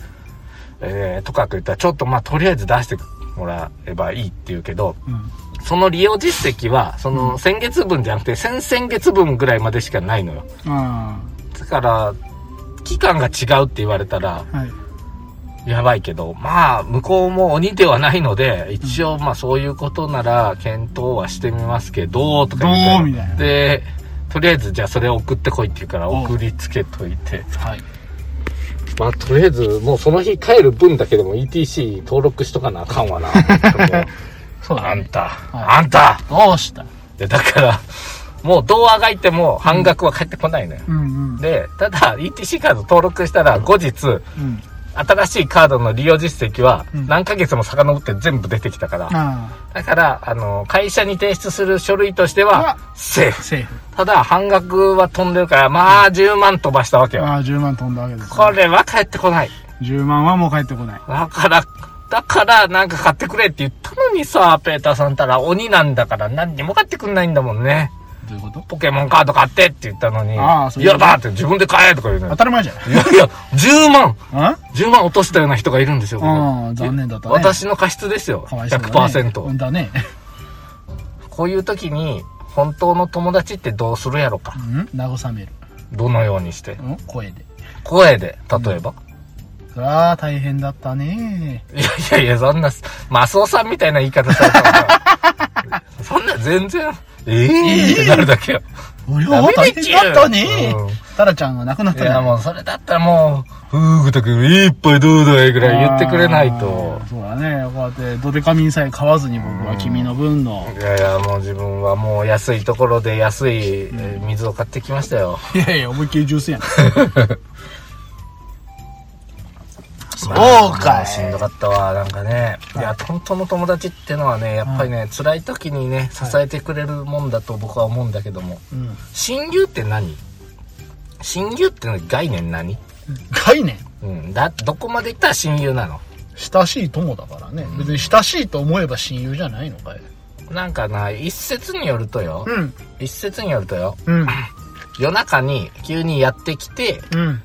[SPEAKER 1] えー、とかく言ったら、ちょっとまあとりあえず出してもらえばいいって言うけど、
[SPEAKER 2] うん。
[SPEAKER 1] その利用実績は、その先月分じゃなくて、先々月分ぐらいまでしかないのよ。
[SPEAKER 2] あ
[SPEAKER 1] だから、期間が違うって言われたら、
[SPEAKER 2] あ。はい。
[SPEAKER 1] やばいけど、まあ、向こうも鬼ではないので、一応まあそういうことなら検討はしてみますけど、とか言って
[SPEAKER 2] どうみたいな
[SPEAKER 1] で、とりあえずじゃあそれ送ってこいって言うから
[SPEAKER 2] うん
[SPEAKER 1] 送りつけといて。
[SPEAKER 2] はい。
[SPEAKER 1] まあとりあえずもうその日帰る分だけでも ETC 登録しとかなあかんわな。
[SPEAKER 2] そう
[SPEAKER 1] (laughs) あ
[SPEAKER 2] だ
[SPEAKER 1] ん
[SPEAKER 2] ね。
[SPEAKER 1] た、
[SPEAKER 2] はい
[SPEAKER 1] あんた
[SPEAKER 2] どうした
[SPEAKER 1] で、だから、もうどうあがいても半額は返ってこないのよ。
[SPEAKER 2] うんうん。
[SPEAKER 1] で、ただ ETC カード登録したら後日、
[SPEAKER 2] うん。
[SPEAKER 1] 新しいカードの利用実績は
[SPEAKER 2] うん
[SPEAKER 1] 何ヶ月も遡って全部出てきたから、
[SPEAKER 2] あ
[SPEAKER 1] だから、あの、会社に提出する書類としては
[SPEAKER 2] あ、
[SPEAKER 1] セー
[SPEAKER 2] あ。
[SPEAKER 1] フ。
[SPEAKER 2] セーフ。
[SPEAKER 1] ただ、半額は飛んでるから、まあ、10万飛ばしたわけよ。
[SPEAKER 2] ああ、10万飛んだわけですね。
[SPEAKER 1] これは返ってこない。
[SPEAKER 2] 10万はもう返ってこない。
[SPEAKER 1] だから、だから、なんか買ってくれって言ったのにさ、ペーターさんたら鬼なんだから何にも買ってくんないんだもんね。
[SPEAKER 2] どういうこと
[SPEAKER 1] ポケモンカード買ってって言ったのに、
[SPEAKER 2] ああそういう
[SPEAKER 1] 嫌だって自分で買えとか言うの
[SPEAKER 2] 当
[SPEAKER 1] よ。
[SPEAKER 2] たり前じゃない
[SPEAKER 1] いやいや、10万
[SPEAKER 2] うん
[SPEAKER 1] !10 万落としたような人がいるんですよ、
[SPEAKER 2] ああ
[SPEAKER 1] 僕
[SPEAKER 2] 残念だったね
[SPEAKER 1] 私の過失ですよ、
[SPEAKER 2] かわいそうだね
[SPEAKER 1] 100%。
[SPEAKER 2] だね。
[SPEAKER 1] こういう時に、本当の友達ってどうするやろか。
[SPEAKER 2] うん慰める。
[SPEAKER 1] どのようにして
[SPEAKER 2] う。ん声で。
[SPEAKER 1] 声で、例えば。
[SPEAKER 2] そりゃあ大変だったね。
[SPEAKER 1] いやいやいや、そんな、マスオさんみたいな言い方されたら、 (laughs) そんな全然、ええー、ってなるだけよ。
[SPEAKER 2] 俺
[SPEAKER 1] ダ
[SPEAKER 2] は
[SPEAKER 1] メ
[SPEAKER 2] 大
[SPEAKER 1] でちゅ
[SPEAKER 2] 変だったね
[SPEAKER 1] うん。
[SPEAKER 2] タラちゃんが亡くなっ
[SPEAKER 1] い
[SPEAKER 2] た
[SPEAKER 1] や、
[SPEAKER 2] ら
[SPEAKER 1] もうそれだったらもう、ふうぐとくん、いっぱいどうだいぐらい言ってくれないと
[SPEAKER 2] あー。そうだね。こうやってドデカミンさえ買わずに僕は君の分の。
[SPEAKER 1] いやいや、もう自分はもう安いところで安いえー水を買ってきましたよ。
[SPEAKER 2] いやいや、思いっきりジュースやん。そ
[SPEAKER 1] ま
[SPEAKER 2] う
[SPEAKER 1] あも
[SPEAKER 2] かい。
[SPEAKER 1] しんどかったわ、なんかね。いや、本当の友達ってのはね、やっぱりね、辛い時にね、支えてくれるもんだと僕は思うんだけども。
[SPEAKER 2] うん
[SPEAKER 1] 親友って何親友っての概念何
[SPEAKER 2] 概念
[SPEAKER 1] うん、だ、どこまで行ったら親友なの
[SPEAKER 2] 親しい友だからね。別に親しいと思えば親友じゃないのかい。
[SPEAKER 1] なんかな、一説によるとよ、
[SPEAKER 2] うん。
[SPEAKER 1] 一説によるとよ、
[SPEAKER 2] うん。
[SPEAKER 1] 夜中に急にやってきて、
[SPEAKER 2] うん。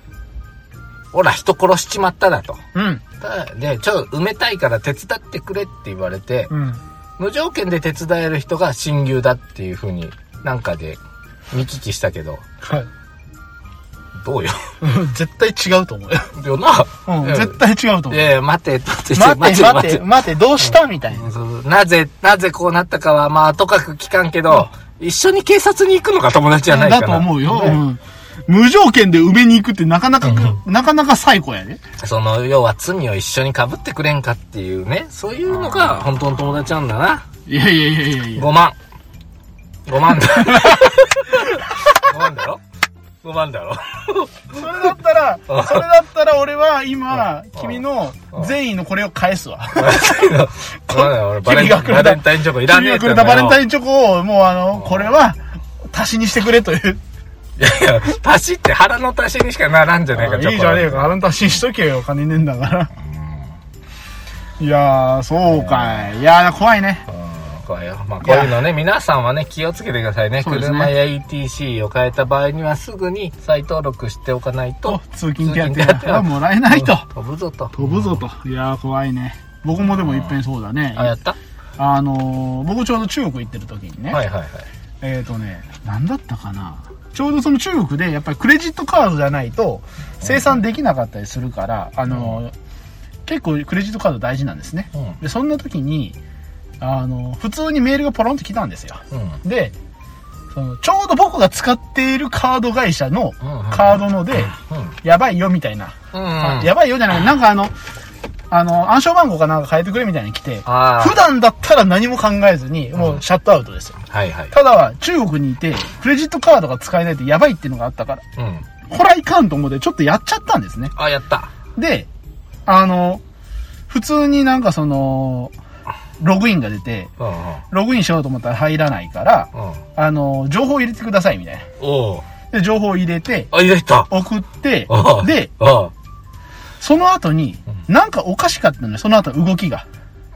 [SPEAKER 1] ほら、人殺しちまっただと。
[SPEAKER 2] うん。
[SPEAKER 1] ただで、ちょっと埋めたいから手伝ってくれって言われて、
[SPEAKER 2] うん。
[SPEAKER 1] 無条件で手伝える人が親友だっていう風になんかで見聞きしたけど、
[SPEAKER 2] はい。
[SPEAKER 1] どうよ。 (laughs)
[SPEAKER 2] うん絶対違うと思う
[SPEAKER 1] よ
[SPEAKER 2] よ。
[SPEAKER 1] な。
[SPEAKER 2] うん。
[SPEAKER 1] い
[SPEAKER 2] 絶対違うと思う。
[SPEAKER 1] やいや、待て、待て、
[SPEAKER 2] 待って待って
[SPEAKER 1] て
[SPEAKER 2] 待って、どうしたみたいな。
[SPEAKER 1] そうなぜ、なぜこうなったかは、まあ、とかく聞かんけど、一緒に警察に行くのが友達じゃないか
[SPEAKER 2] だ
[SPEAKER 1] な。
[SPEAKER 2] と思うよ。う
[SPEAKER 1] ね
[SPEAKER 2] ん。無条件で埋めに行くってなかなか、なかなか最高やね。
[SPEAKER 1] その、要は罪を一緒に被ってくれんかっていうね。そういうのが、本当の友達なんだな。
[SPEAKER 2] いやいやいやいやい
[SPEAKER 1] (laughs)
[SPEAKER 2] や。
[SPEAKER 1] 5万。5万
[SPEAKER 2] (laughs)
[SPEAKER 1] だ。5万だろ ?5 万だろ
[SPEAKER 2] それだったら、 (laughs) それだったら俺は今
[SPEAKER 1] う、ん
[SPEAKER 2] 君の善意のこれを返すわ。
[SPEAKER 1] (laughs) 俺バレン
[SPEAKER 2] 君がくれ
[SPEAKER 1] バ
[SPEAKER 2] た
[SPEAKER 1] レンタインチョコいら
[SPEAKER 2] 君
[SPEAKER 1] ねえ
[SPEAKER 2] が
[SPEAKER 1] って言
[SPEAKER 2] く
[SPEAKER 1] う
[SPEAKER 2] れ
[SPEAKER 1] んだ
[SPEAKER 2] た
[SPEAKER 1] よ
[SPEAKER 2] バレンタインチョコを、もうあの、これは、足しにしてくれという。
[SPEAKER 1] いやいや、足しって腹の足しにしかならんじゃねえか、チョコ
[SPEAKER 2] いいじゃねえか、あの足しにしとけよ、金ねえんだから。いやー、そうかい。いやー、怖いね。
[SPEAKER 1] うん怖いよ。まあ、こういうのね、皆さんはね、気をつけてくださいね。
[SPEAKER 2] そうですね
[SPEAKER 1] 車や ETC を変えた場合には、すぐに再登録しておかない
[SPEAKER 2] と
[SPEAKER 1] と、、
[SPEAKER 2] 通勤手
[SPEAKER 1] 通勤手
[SPEAKER 2] 当
[SPEAKER 1] 当
[SPEAKER 2] はもらえないと。
[SPEAKER 1] 飛ぶぞと。
[SPEAKER 2] 飛ぶぞと。いやー、怖いね。僕もでもいっぺんそうだね。
[SPEAKER 1] あ、やった
[SPEAKER 2] あのー、僕ちょうど中国行ってる時にね。
[SPEAKER 1] はいはいはい。
[SPEAKER 2] えっ、とね、なんだったかな。ちょうどその中国で、やっぱりクレジットカードじゃないと、生産できなかったりするから、あの、結構クレジットカード大事なんですね。
[SPEAKER 1] う
[SPEAKER 2] で、そんな時に、あの、普通にメールがポロンと来たんですよ。
[SPEAKER 1] ん。うん。
[SPEAKER 2] で、そのちょうど僕が使っているカード会社の
[SPEAKER 1] うんうん
[SPEAKER 2] カードので、
[SPEAKER 1] うん。
[SPEAKER 2] やばいよみたいな。
[SPEAKER 1] うん。
[SPEAKER 2] やばいよじゃない。なんかあの、あの、暗証番号かなんか変えてくれみたいに来て、
[SPEAKER 1] あ
[SPEAKER 2] 普段だったら何も考えずに、もうシャットアウトですよ。
[SPEAKER 1] あ。はいはい。
[SPEAKER 2] ただ、中国にいて、クレジットカードが使えないってやばいっていうのがあったから、
[SPEAKER 1] うん。
[SPEAKER 2] こらいかんと思って、ちょっとやっちゃったんですね。
[SPEAKER 1] あ、やった。
[SPEAKER 2] で、あの、普通になんかその、ログインが出て、
[SPEAKER 1] うんうん。
[SPEAKER 2] ログインしようと思ったら入らないから、
[SPEAKER 1] うん。
[SPEAKER 2] あの、情報を入れてくださいみたい
[SPEAKER 1] おう
[SPEAKER 2] な。で、情報を入れて、
[SPEAKER 1] あ、入れた。
[SPEAKER 2] 送って
[SPEAKER 1] あ、
[SPEAKER 2] で、、
[SPEAKER 1] あ
[SPEAKER 2] その後に、なんかおかしかったのよ、その後動きが。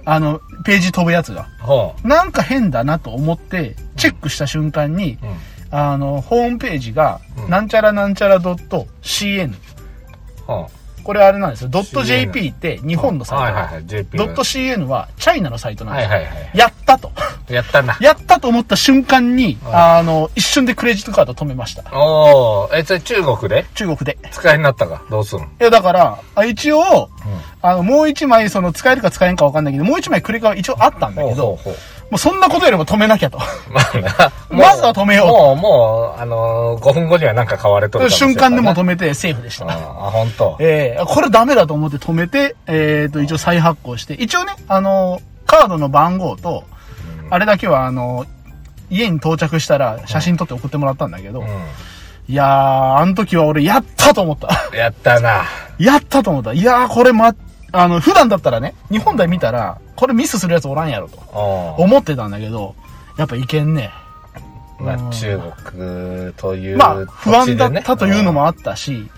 [SPEAKER 2] あの、ページ飛ぶやつが。
[SPEAKER 1] あ。ほ
[SPEAKER 2] なんか変だなと思って、チェックした瞬間に、
[SPEAKER 1] う。うん。
[SPEAKER 2] あの、ホームページが、
[SPEAKER 1] うん
[SPEAKER 2] なんちゃらなんちゃら .cn。
[SPEAKER 1] ほ
[SPEAKER 2] これあれなんですよ。
[SPEAKER 1] CN
[SPEAKER 2] .jp って日
[SPEAKER 1] う。
[SPEAKER 2] 本のサ
[SPEAKER 1] は
[SPEAKER 2] イ
[SPEAKER 1] い
[SPEAKER 2] ト
[SPEAKER 1] はい
[SPEAKER 2] なん
[SPEAKER 1] は
[SPEAKER 2] で
[SPEAKER 1] い。JP
[SPEAKER 2] す。
[SPEAKER 1] の。
[SPEAKER 2] .cn はチャイナのサイトなん
[SPEAKER 1] は
[SPEAKER 2] で
[SPEAKER 1] い
[SPEAKER 2] すよ。
[SPEAKER 1] はいはい。
[SPEAKER 2] やったと。 (laughs)
[SPEAKER 1] やったな。
[SPEAKER 2] やったと思った瞬間に、
[SPEAKER 1] うん
[SPEAKER 2] あの、一瞬でクレジットカード止めました。
[SPEAKER 1] おう。え、それ中国で
[SPEAKER 2] 中国で。
[SPEAKER 1] 使いになったかどうすんの
[SPEAKER 2] いや、だから、あ一応、
[SPEAKER 1] うん。
[SPEAKER 2] あの、もう一枚、その、使えるか使えんかわかんないけど、もう一枚クレカは一応あったんだけど、
[SPEAKER 1] うほう。
[SPEAKER 2] もうそんなことよりも止めなきゃと。
[SPEAKER 1] まあな。
[SPEAKER 2] (laughs) まずは止めよう
[SPEAKER 1] もう、もう、あのー、5分後にはなんか買われとるかもしれん
[SPEAKER 2] 瞬
[SPEAKER 1] から
[SPEAKER 2] 間
[SPEAKER 1] な
[SPEAKER 2] でもう止めて、セーフでした。
[SPEAKER 1] ああ、本当。
[SPEAKER 2] えー、これダメだと思って止めて、えー、と、一応再発行して、一応ね、あのー、カードの番号と、あれだけは、あのー、家に到着したら写真撮って送ってもらったんだけど、
[SPEAKER 1] う
[SPEAKER 2] いやー、あの時は俺やったと思った。 (laughs)
[SPEAKER 1] ん。やったな。
[SPEAKER 2] やったと思った。いやー、これま、あの、普段だったらね、日本で見たら、これミスするやつおらんやろと
[SPEAKER 1] お
[SPEAKER 2] 思ってたんだけど、やっぱいけんね。
[SPEAKER 1] まあ、中国という、
[SPEAKER 2] まあ、不安だったというの
[SPEAKER 1] あ
[SPEAKER 2] もあったし、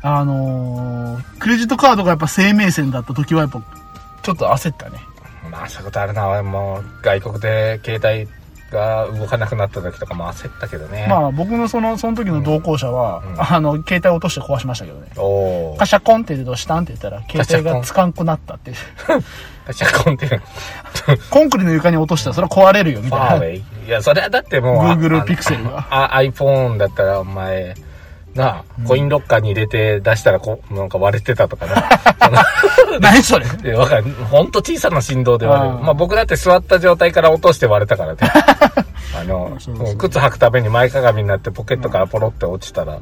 [SPEAKER 2] あのー、クレジットカードがやっぱ生命線だった時はやっぱ、ちょっと焦ったね。
[SPEAKER 1] まあ、そういうことあるな。俺も、外国で携帯が動かなくなった時とかも焦ったけどね。
[SPEAKER 2] まあ僕のその、その時の同行者は、
[SPEAKER 1] うん
[SPEAKER 2] あの、携帯落として壊しましたけどね。
[SPEAKER 1] おー
[SPEAKER 2] カ。シャコンって言うとシタンって言ったら、携帯がつかんくなったっていう。
[SPEAKER 1] ガ (laughs) シャコンっていう。
[SPEAKER 2] コンクリの床に落としたらそれは壊れるよ、み
[SPEAKER 1] ファ
[SPEAKER 2] た
[SPEAKER 1] ーウ
[SPEAKER 2] いな。
[SPEAKER 1] ェイ。 (laughs) いや、それはだってもう。
[SPEAKER 2] Google
[SPEAKER 1] あ
[SPEAKER 2] Pixel が
[SPEAKER 1] あ、あ iPhone だったらお前、なあ、コインロッカーに入れて出したらこ、なんか割れてたと
[SPEAKER 2] (laughs)
[SPEAKER 1] かな。
[SPEAKER 2] 何それ
[SPEAKER 1] で、わかる。ほんと小さな振動で割れる。
[SPEAKER 2] あー
[SPEAKER 1] まあ僕だって座った状態から落として割れた
[SPEAKER 2] (laughs)
[SPEAKER 1] からね。あの、
[SPEAKER 2] そうそうそう
[SPEAKER 1] 靴履くために前かがみになってポケットからポロって落ちたら
[SPEAKER 2] ん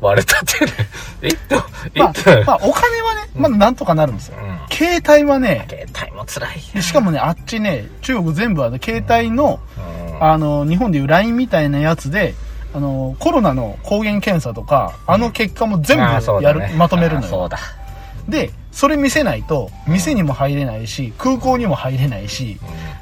[SPEAKER 1] 割れたってね。 (laughs) えっと、え
[SPEAKER 2] まあ
[SPEAKER 1] っと、、
[SPEAKER 2] まあ、お金はね、まだなんとかなるんですよ。
[SPEAKER 1] うん
[SPEAKER 2] 携帯はね、
[SPEAKER 1] 携帯も辛い。
[SPEAKER 2] でしかもね、あっちね、中国全部はね、携帯の、
[SPEAKER 1] うん
[SPEAKER 2] あの、日本でいう LINE みたいなやつで、あの、コロナの抗原検査とか、あの結果も全部
[SPEAKER 1] あーそう
[SPEAKER 2] や
[SPEAKER 1] だ
[SPEAKER 2] る、
[SPEAKER 1] ね
[SPEAKER 2] まとめる
[SPEAKER 1] あ
[SPEAKER 2] の
[SPEAKER 1] ーそ
[SPEAKER 2] よ
[SPEAKER 1] う。だ。
[SPEAKER 2] で、それ見せないと、店にも入れないし、空港にも入れないし、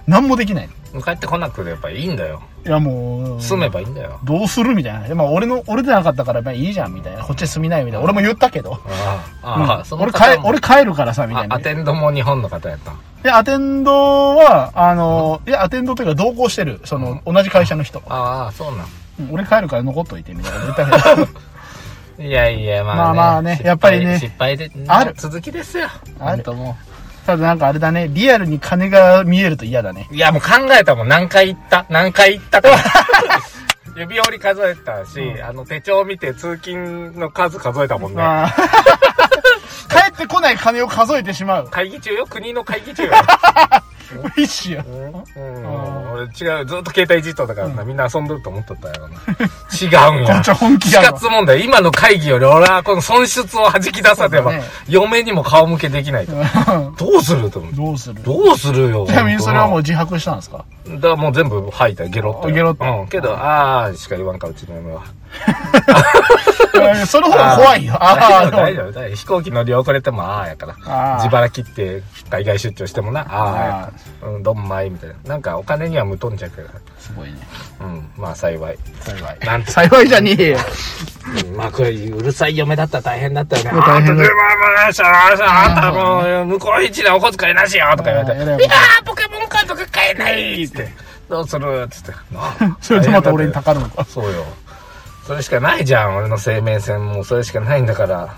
[SPEAKER 2] 何もできないの。
[SPEAKER 1] 帰ってこなくてやっぱいいんだよ。
[SPEAKER 2] いやもう、
[SPEAKER 1] 住めばいいんだよ。
[SPEAKER 2] どうするみたいな。まあ、俺の、俺でなかったから、まあいいじゃん、みたいな。こっちで住みないみたいな。俺も言ったけど。
[SPEAKER 1] ああ、
[SPEAKER 2] うん
[SPEAKER 1] ああ、その
[SPEAKER 2] 俺帰
[SPEAKER 1] 方、も
[SPEAKER 2] 俺帰るからさ、みた
[SPEAKER 1] あ
[SPEAKER 2] いな
[SPEAKER 1] ア。テンドも日本の方やった。
[SPEAKER 2] で、アテンドは、あの、いや、アテンドというか同行してる、その、同じ会社の人。
[SPEAKER 1] ああ、そうな
[SPEAKER 2] うん俺帰るから残っといて、みたいなこと言ったけど。
[SPEAKER 1] ん。いやいや、まあね。
[SPEAKER 2] まあまあね
[SPEAKER 1] 失敗
[SPEAKER 2] やっぱりね
[SPEAKER 1] 失敗で、
[SPEAKER 2] ある
[SPEAKER 1] 続きですよ。
[SPEAKER 2] ある
[SPEAKER 1] ほんとも
[SPEAKER 2] ただなんかあれだね、リアルに金が見えると嫌だね。
[SPEAKER 1] う。いや、もう考えたもん。何回行った何回行ったか。 (laughs) 指折り数えたし、あの手帳見て通勤の数数えたもんね。(laughs)
[SPEAKER 2] まあ、帰ってこない金を数えてしまう。
[SPEAKER 1] 会議中よ、国の会議
[SPEAKER 2] (laughs)
[SPEAKER 1] 中よ。
[SPEAKER 2] 一緒よ。
[SPEAKER 1] うん、うん
[SPEAKER 2] あ
[SPEAKER 1] 俺違う、ずっと携帯いじっとったからな、みんな遊んどると思っと
[SPEAKER 2] (laughs)
[SPEAKER 1] ったよな。違うん
[SPEAKER 2] こ
[SPEAKER 1] や
[SPEAKER 2] っち。は本気
[SPEAKER 1] 死
[SPEAKER 2] だわ
[SPEAKER 1] 活問題。今の会議より俺はこの損失を弾き出さねば、
[SPEAKER 2] そうだね
[SPEAKER 1] 嫁にも顔向けできないと。どうすると思う。
[SPEAKER 2] どうする
[SPEAKER 1] どうするよ。
[SPEAKER 2] ちなみにそれはもう
[SPEAKER 1] う。
[SPEAKER 2] 自白したんですか
[SPEAKER 1] だからもう全部吐いた、ゲロっと。
[SPEAKER 2] あゲロっと
[SPEAKER 1] うん。けど、あーしか言わんから、うちの嫁は。
[SPEAKER 2] いやいやその方が怖いよ。あ
[SPEAKER 1] 大
[SPEAKER 2] あ、
[SPEAKER 1] 丈夫、大丈夫、大丈夫。飛行機乗り遅れてもあーやから。
[SPEAKER 2] あー
[SPEAKER 1] 自腹切って海外出張してもな、あ
[SPEAKER 2] あ
[SPEAKER 1] ーやから。うん、どんまい、みたいな。なんかお金には無頓着やか
[SPEAKER 2] すごいね。
[SPEAKER 1] ら。うん、まあ幸い。
[SPEAKER 2] 幸い。
[SPEAKER 1] なんつ
[SPEAKER 2] 幸いじゃね
[SPEAKER 1] (laughs)
[SPEAKER 2] えよ。
[SPEAKER 1] うんまあこれ、うるさい嫁だったら大変だったよね。
[SPEAKER 2] もう大変だ
[SPEAKER 1] あんたあんたあんたもう、向こう一のお小遣いなしよとか言われて、
[SPEAKER 2] あーえらい
[SPEAKER 1] い
[SPEAKER 2] こと
[SPEAKER 1] やー、ポケモンカードが買えないって。どうするつって。なあ
[SPEAKER 2] それとまた俺にたかるのか。
[SPEAKER 1] そうよ。それしかないじゃん、俺の生命線も。それしかないんだから。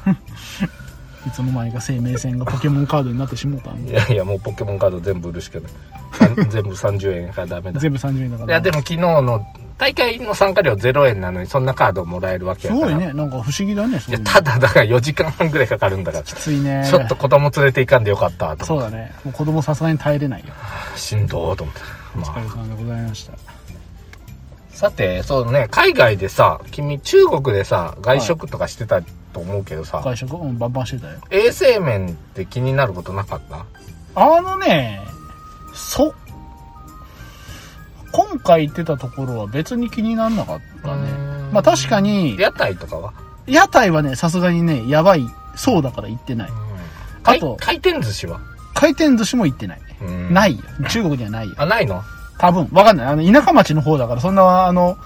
[SPEAKER 2] いつの間にか生命線がポケモンカードになってしもうたん
[SPEAKER 1] い
[SPEAKER 2] で。
[SPEAKER 1] やいや、もうポケモンカード全部売るしかない。さん全部30円からダメだ。い
[SPEAKER 2] 全部30円だから。
[SPEAKER 1] や、でも昨日の大会の参加料0円なのに、そんなカードもらえるわけ
[SPEAKER 2] す
[SPEAKER 1] やから。
[SPEAKER 2] ごいね。なんか不思議だね、そ
[SPEAKER 1] いうや。
[SPEAKER 2] いうの
[SPEAKER 1] ただだから4時間半ぐらいかかるんだから。
[SPEAKER 2] きついね。
[SPEAKER 1] ちょっと。子供連れて行かんでよかったと思
[SPEAKER 2] そうだね。もう子供さすがに耐えれないよ。
[SPEAKER 1] ってしんどーと思って、ま
[SPEAKER 2] お疲
[SPEAKER 1] あ、
[SPEAKER 2] れ様でございました。
[SPEAKER 1] さてそうね海外でさ君中国でさ外食とかしてたと思うけどさ、
[SPEAKER 2] 外食もバンバンしてたよ。
[SPEAKER 1] 衛生面って気になることなかった
[SPEAKER 2] あのね、そ、今回行ってたところは別に気になんなかったね
[SPEAKER 1] うー。ん
[SPEAKER 2] まあ確かに、
[SPEAKER 1] 屋台とかは、
[SPEAKER 2] 屋台はね、さすがにね、やばい、そうだから行ってない。
[SPEAKER 1] 回
[SPEAKER 2] あと
[SPEAKER 1] 回転寿司は
[SPEAKER 2] 回転寿司も行ってない。
[SPEAKER 1] うん
[SPEAKER 2] ないよ。中国にはないよ。
[SPEAKER 1] あないの
[SPEAKER 2] 多分、わかんない。あの、田舎町の方だから、そんな、あの、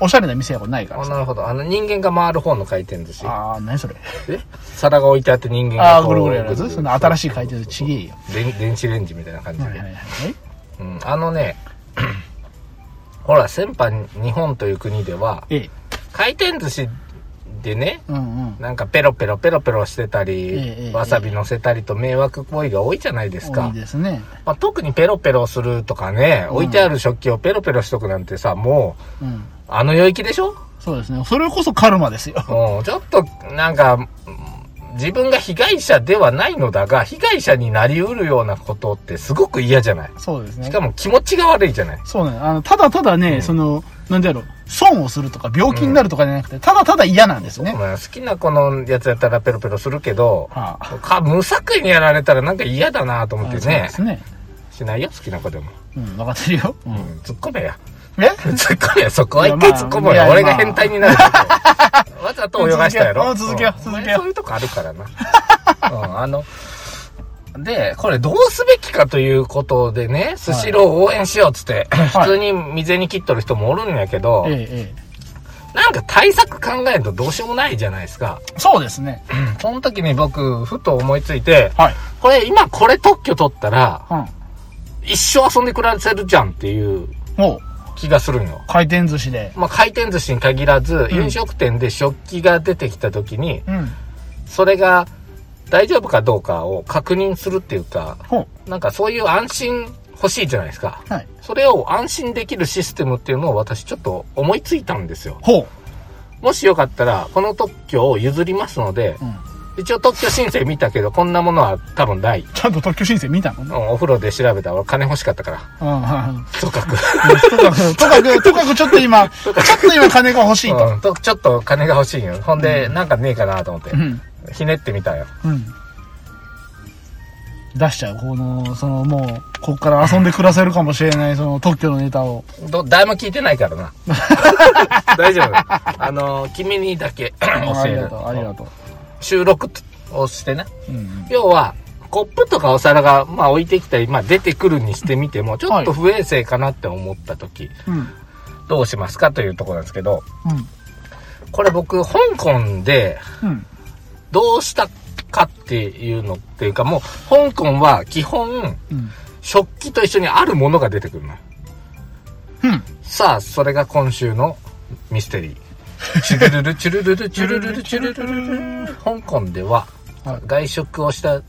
[SPEAKER 2] おしゃれな店やからないから
[SPEAKER 1] あ
[SPEAKER 2] さ。
[SPEAKER 1] なるほどあの人間が回る方の回転寿司
[SPEAKER 2] あー、何それ。
[SPEAKER 1] え皿が置いてあって人間が
[SPEAKER 2] あー、
[SPEAKER 1] こう
[SPEAKER 2] ぐるぐるやるや
[SPEAKER 1] ぐ
[SPEAKER 2] つ
[SPEAKER 1] る
[SPEAKER 2] そんな新しい回転寿司ちげえよ。
[SPEAKER 1] 電電子レンジみたいな感じ
[SPEAKER 2] はい
[SPEAKER 1] で、
[SPEAKER 2] はいはいはい。
[SPEAKER 1] うん、あのね (clears throat) ほら先般日本という国では
[SPEAKER 2] ええ。
[SPEAKER 1] 回転寿司でね
[SPEAKER 2] うんうん。
[SPEAKER 1] なんかペロペロペロペロしてたり、
[SPEAKER 2] ええ
[SPEAKER 1] わさび乗せたりと迷惑行為が多いじゃないです
[SPEAKER 2] 多
[SPEAKER 1] か
[SPEAKER 2] い、ですね。
[SPEAKER 1] まあ、特にペロペロするとかね、置いてある食器をペロペロしとくなんてさもう
[SPEAKER 2] うん。
[SPEAKER 1] あの領域でしょ、
[SPEAKER 2] そうですね。それこそカルマですよ。
[SPEAKER 1] うん、ちょっとなんかうん自分が被害者ではないのだが被害者になりうるようなことってすごく嫌じゃない
[SPEAKER 2] そうですね
[SPEAKER 1] しか。も気持ちが悪いじゃない
[SPEAKER 2] そうね。あの、ただただね、その、なんだろう、損をするとか病気になるとかじゃなくて、ただただ嫌なんですね。
[SPEAKER 1] まあ好きな子のやつやったらペロペロするけど、
[SPEAKER 2] はあ
[SPEAKER 1] か無作為にやられたらなんか嫌だなと思っ
[SPEAKER 2] あ
[SPEAKER 1] て
[SPEAKER 2] そう
[SPEAKER 1] ね
[SPEAKER 2] ですね。
[SPEAKER 1] しないよ好きな子でも、
[SPEAKER 2] うん、わかってるよ。う。
[SPEAKER 1] うんん、突っ込めや
[SPEAKER 2] え
[SPEAKER 1] 突っ込めよ、そこは一回突っ込もう
[SPEAKER 2] いや
[SPEAKER 1] よ。
[SPEAKER 2] まあ
[SPEAKER 1] 俺が変態になること。わざと泳がしたやろ。
[SPEAKER 2] (laughs) 続けよう
[SPEAKER 1] うん
[SPEAKER 2] 続けよう続け
[SPEAKER 1] お前
[SPEAKER 2] よう
[SPEAKER 1] そういうとこあるからな。うん、あの、で、これどうすべきかということでね、スシローを応援しようっつって、 (laughs) 普通に未然に切っとる人もおるんやけど、
[SPEAKER 2] ええ、え
[SPEAKER 1] なんか対策考えるとどうしようもないじゃないですか。
[SPEAKER 2] え。そうですね。
[SPEAKER 1] その時に僕、ふと思いついて、
[SPEAKER 2] はい。
[SPEAKER 1] これ今これ特許取ったら、
[SPEAKER 2] うん。
[SPEAKER 1] 一生遊んでくらせるじゃんっていう
[SPEAKER 2] もう、
[SPEAKER 1] 気がするんよ。
[SPEAKER 2] 回転寿司で。
[SPEAKER 1] まあ、回転寿司に限らず、飲食店で食器が出てきた時に、
[SPEAKER 2] うん。
[SPEAKER 1] それが大丈夫かどうかを確認するっていうか、
[SPEAKER 2] ほ
[SPEAKER 1] なんかそういう安心欲しいじゃないですか。
[SPEAKER 2] う。はい。
[SPEAKER 1] それを安心できるシステムっていうのを私ちょっと思いついたんですよ。
[SPEAKER 2] ほう。
[SPEAKER 1] もしよかったら、この特許を譲りますので、
[SPEAKER 2] うん。
[SPEAKER 1] 一応特許申請見たけど、こんなものは多分ない。
[SPEAKER 2] ちゃんと特許申請見たの
[SPEAKER 1] う
[SPEAKER 2] ね。
[SPEAKER 1] んお風呂で調べたら俺金欲しかったから。
[SPEAKER 2] うんはい。
[SPEAKER 1] とかく。
[SPEAKER 2] とかく、とかく、とかくちょっと今、ちょっと今金が欲しいと。
[SPEAKER 1] うんと (laughs) ちょっと金が欲しいんよ。ほんで、なんかねえかなと思って
[SPEAKER 2] う、ん。
[SPEAKER 1] ひねってみたよ。
[SPEAKER 2] うん。出しちゃう。この、そのもう、こっから遊んで暮らせるかもしれない、その特許のネタを。
[SPEAKER 1] ど、誰も聞いてない
[SPEAKER 2] (laughs)
[SPEAKER 1] からな。大丈夫。あの、君にだけ (clears throat) 教
[SPEAKER 2] あ
[SPEAKER 1] え
[SPEAKER 2] り
[SPEAKER 1] る
[SPEAKER 2] がとう、ありがとう。
[SPEAKER 1] 収録をしてね。
[SPEAKER 2] うんうん。
[SPEAKER 1] 要は、コップとかお皿が、まあ置いてきたり、まあ出てくるにしてみても、ちょっと不衛生かなって思った時、
[SPEAKER 2] うん。
[SPEAKER 1] どうしますかというところなんですけど、
[SPEAKER 2] うん。
[SPEAKER 1] これ僕、香港で
[SPEAKER 2] うん。
[SPEAKER 1] どうしたかっていうのっていうか、もう、香港は基本、
[SPEAKER 2] うん。
[SPEAKER 1] 食器と一緒にあるものが出てくるのよ。
[SPEAKER 2] うん。
[SPEAKER 1] さあ、それが今週のミステリー。チュルルルチュルルルチュルルルチュルルルル。香港では
[SPEAKER 2] はい
[SPEAKER 1] 外食をした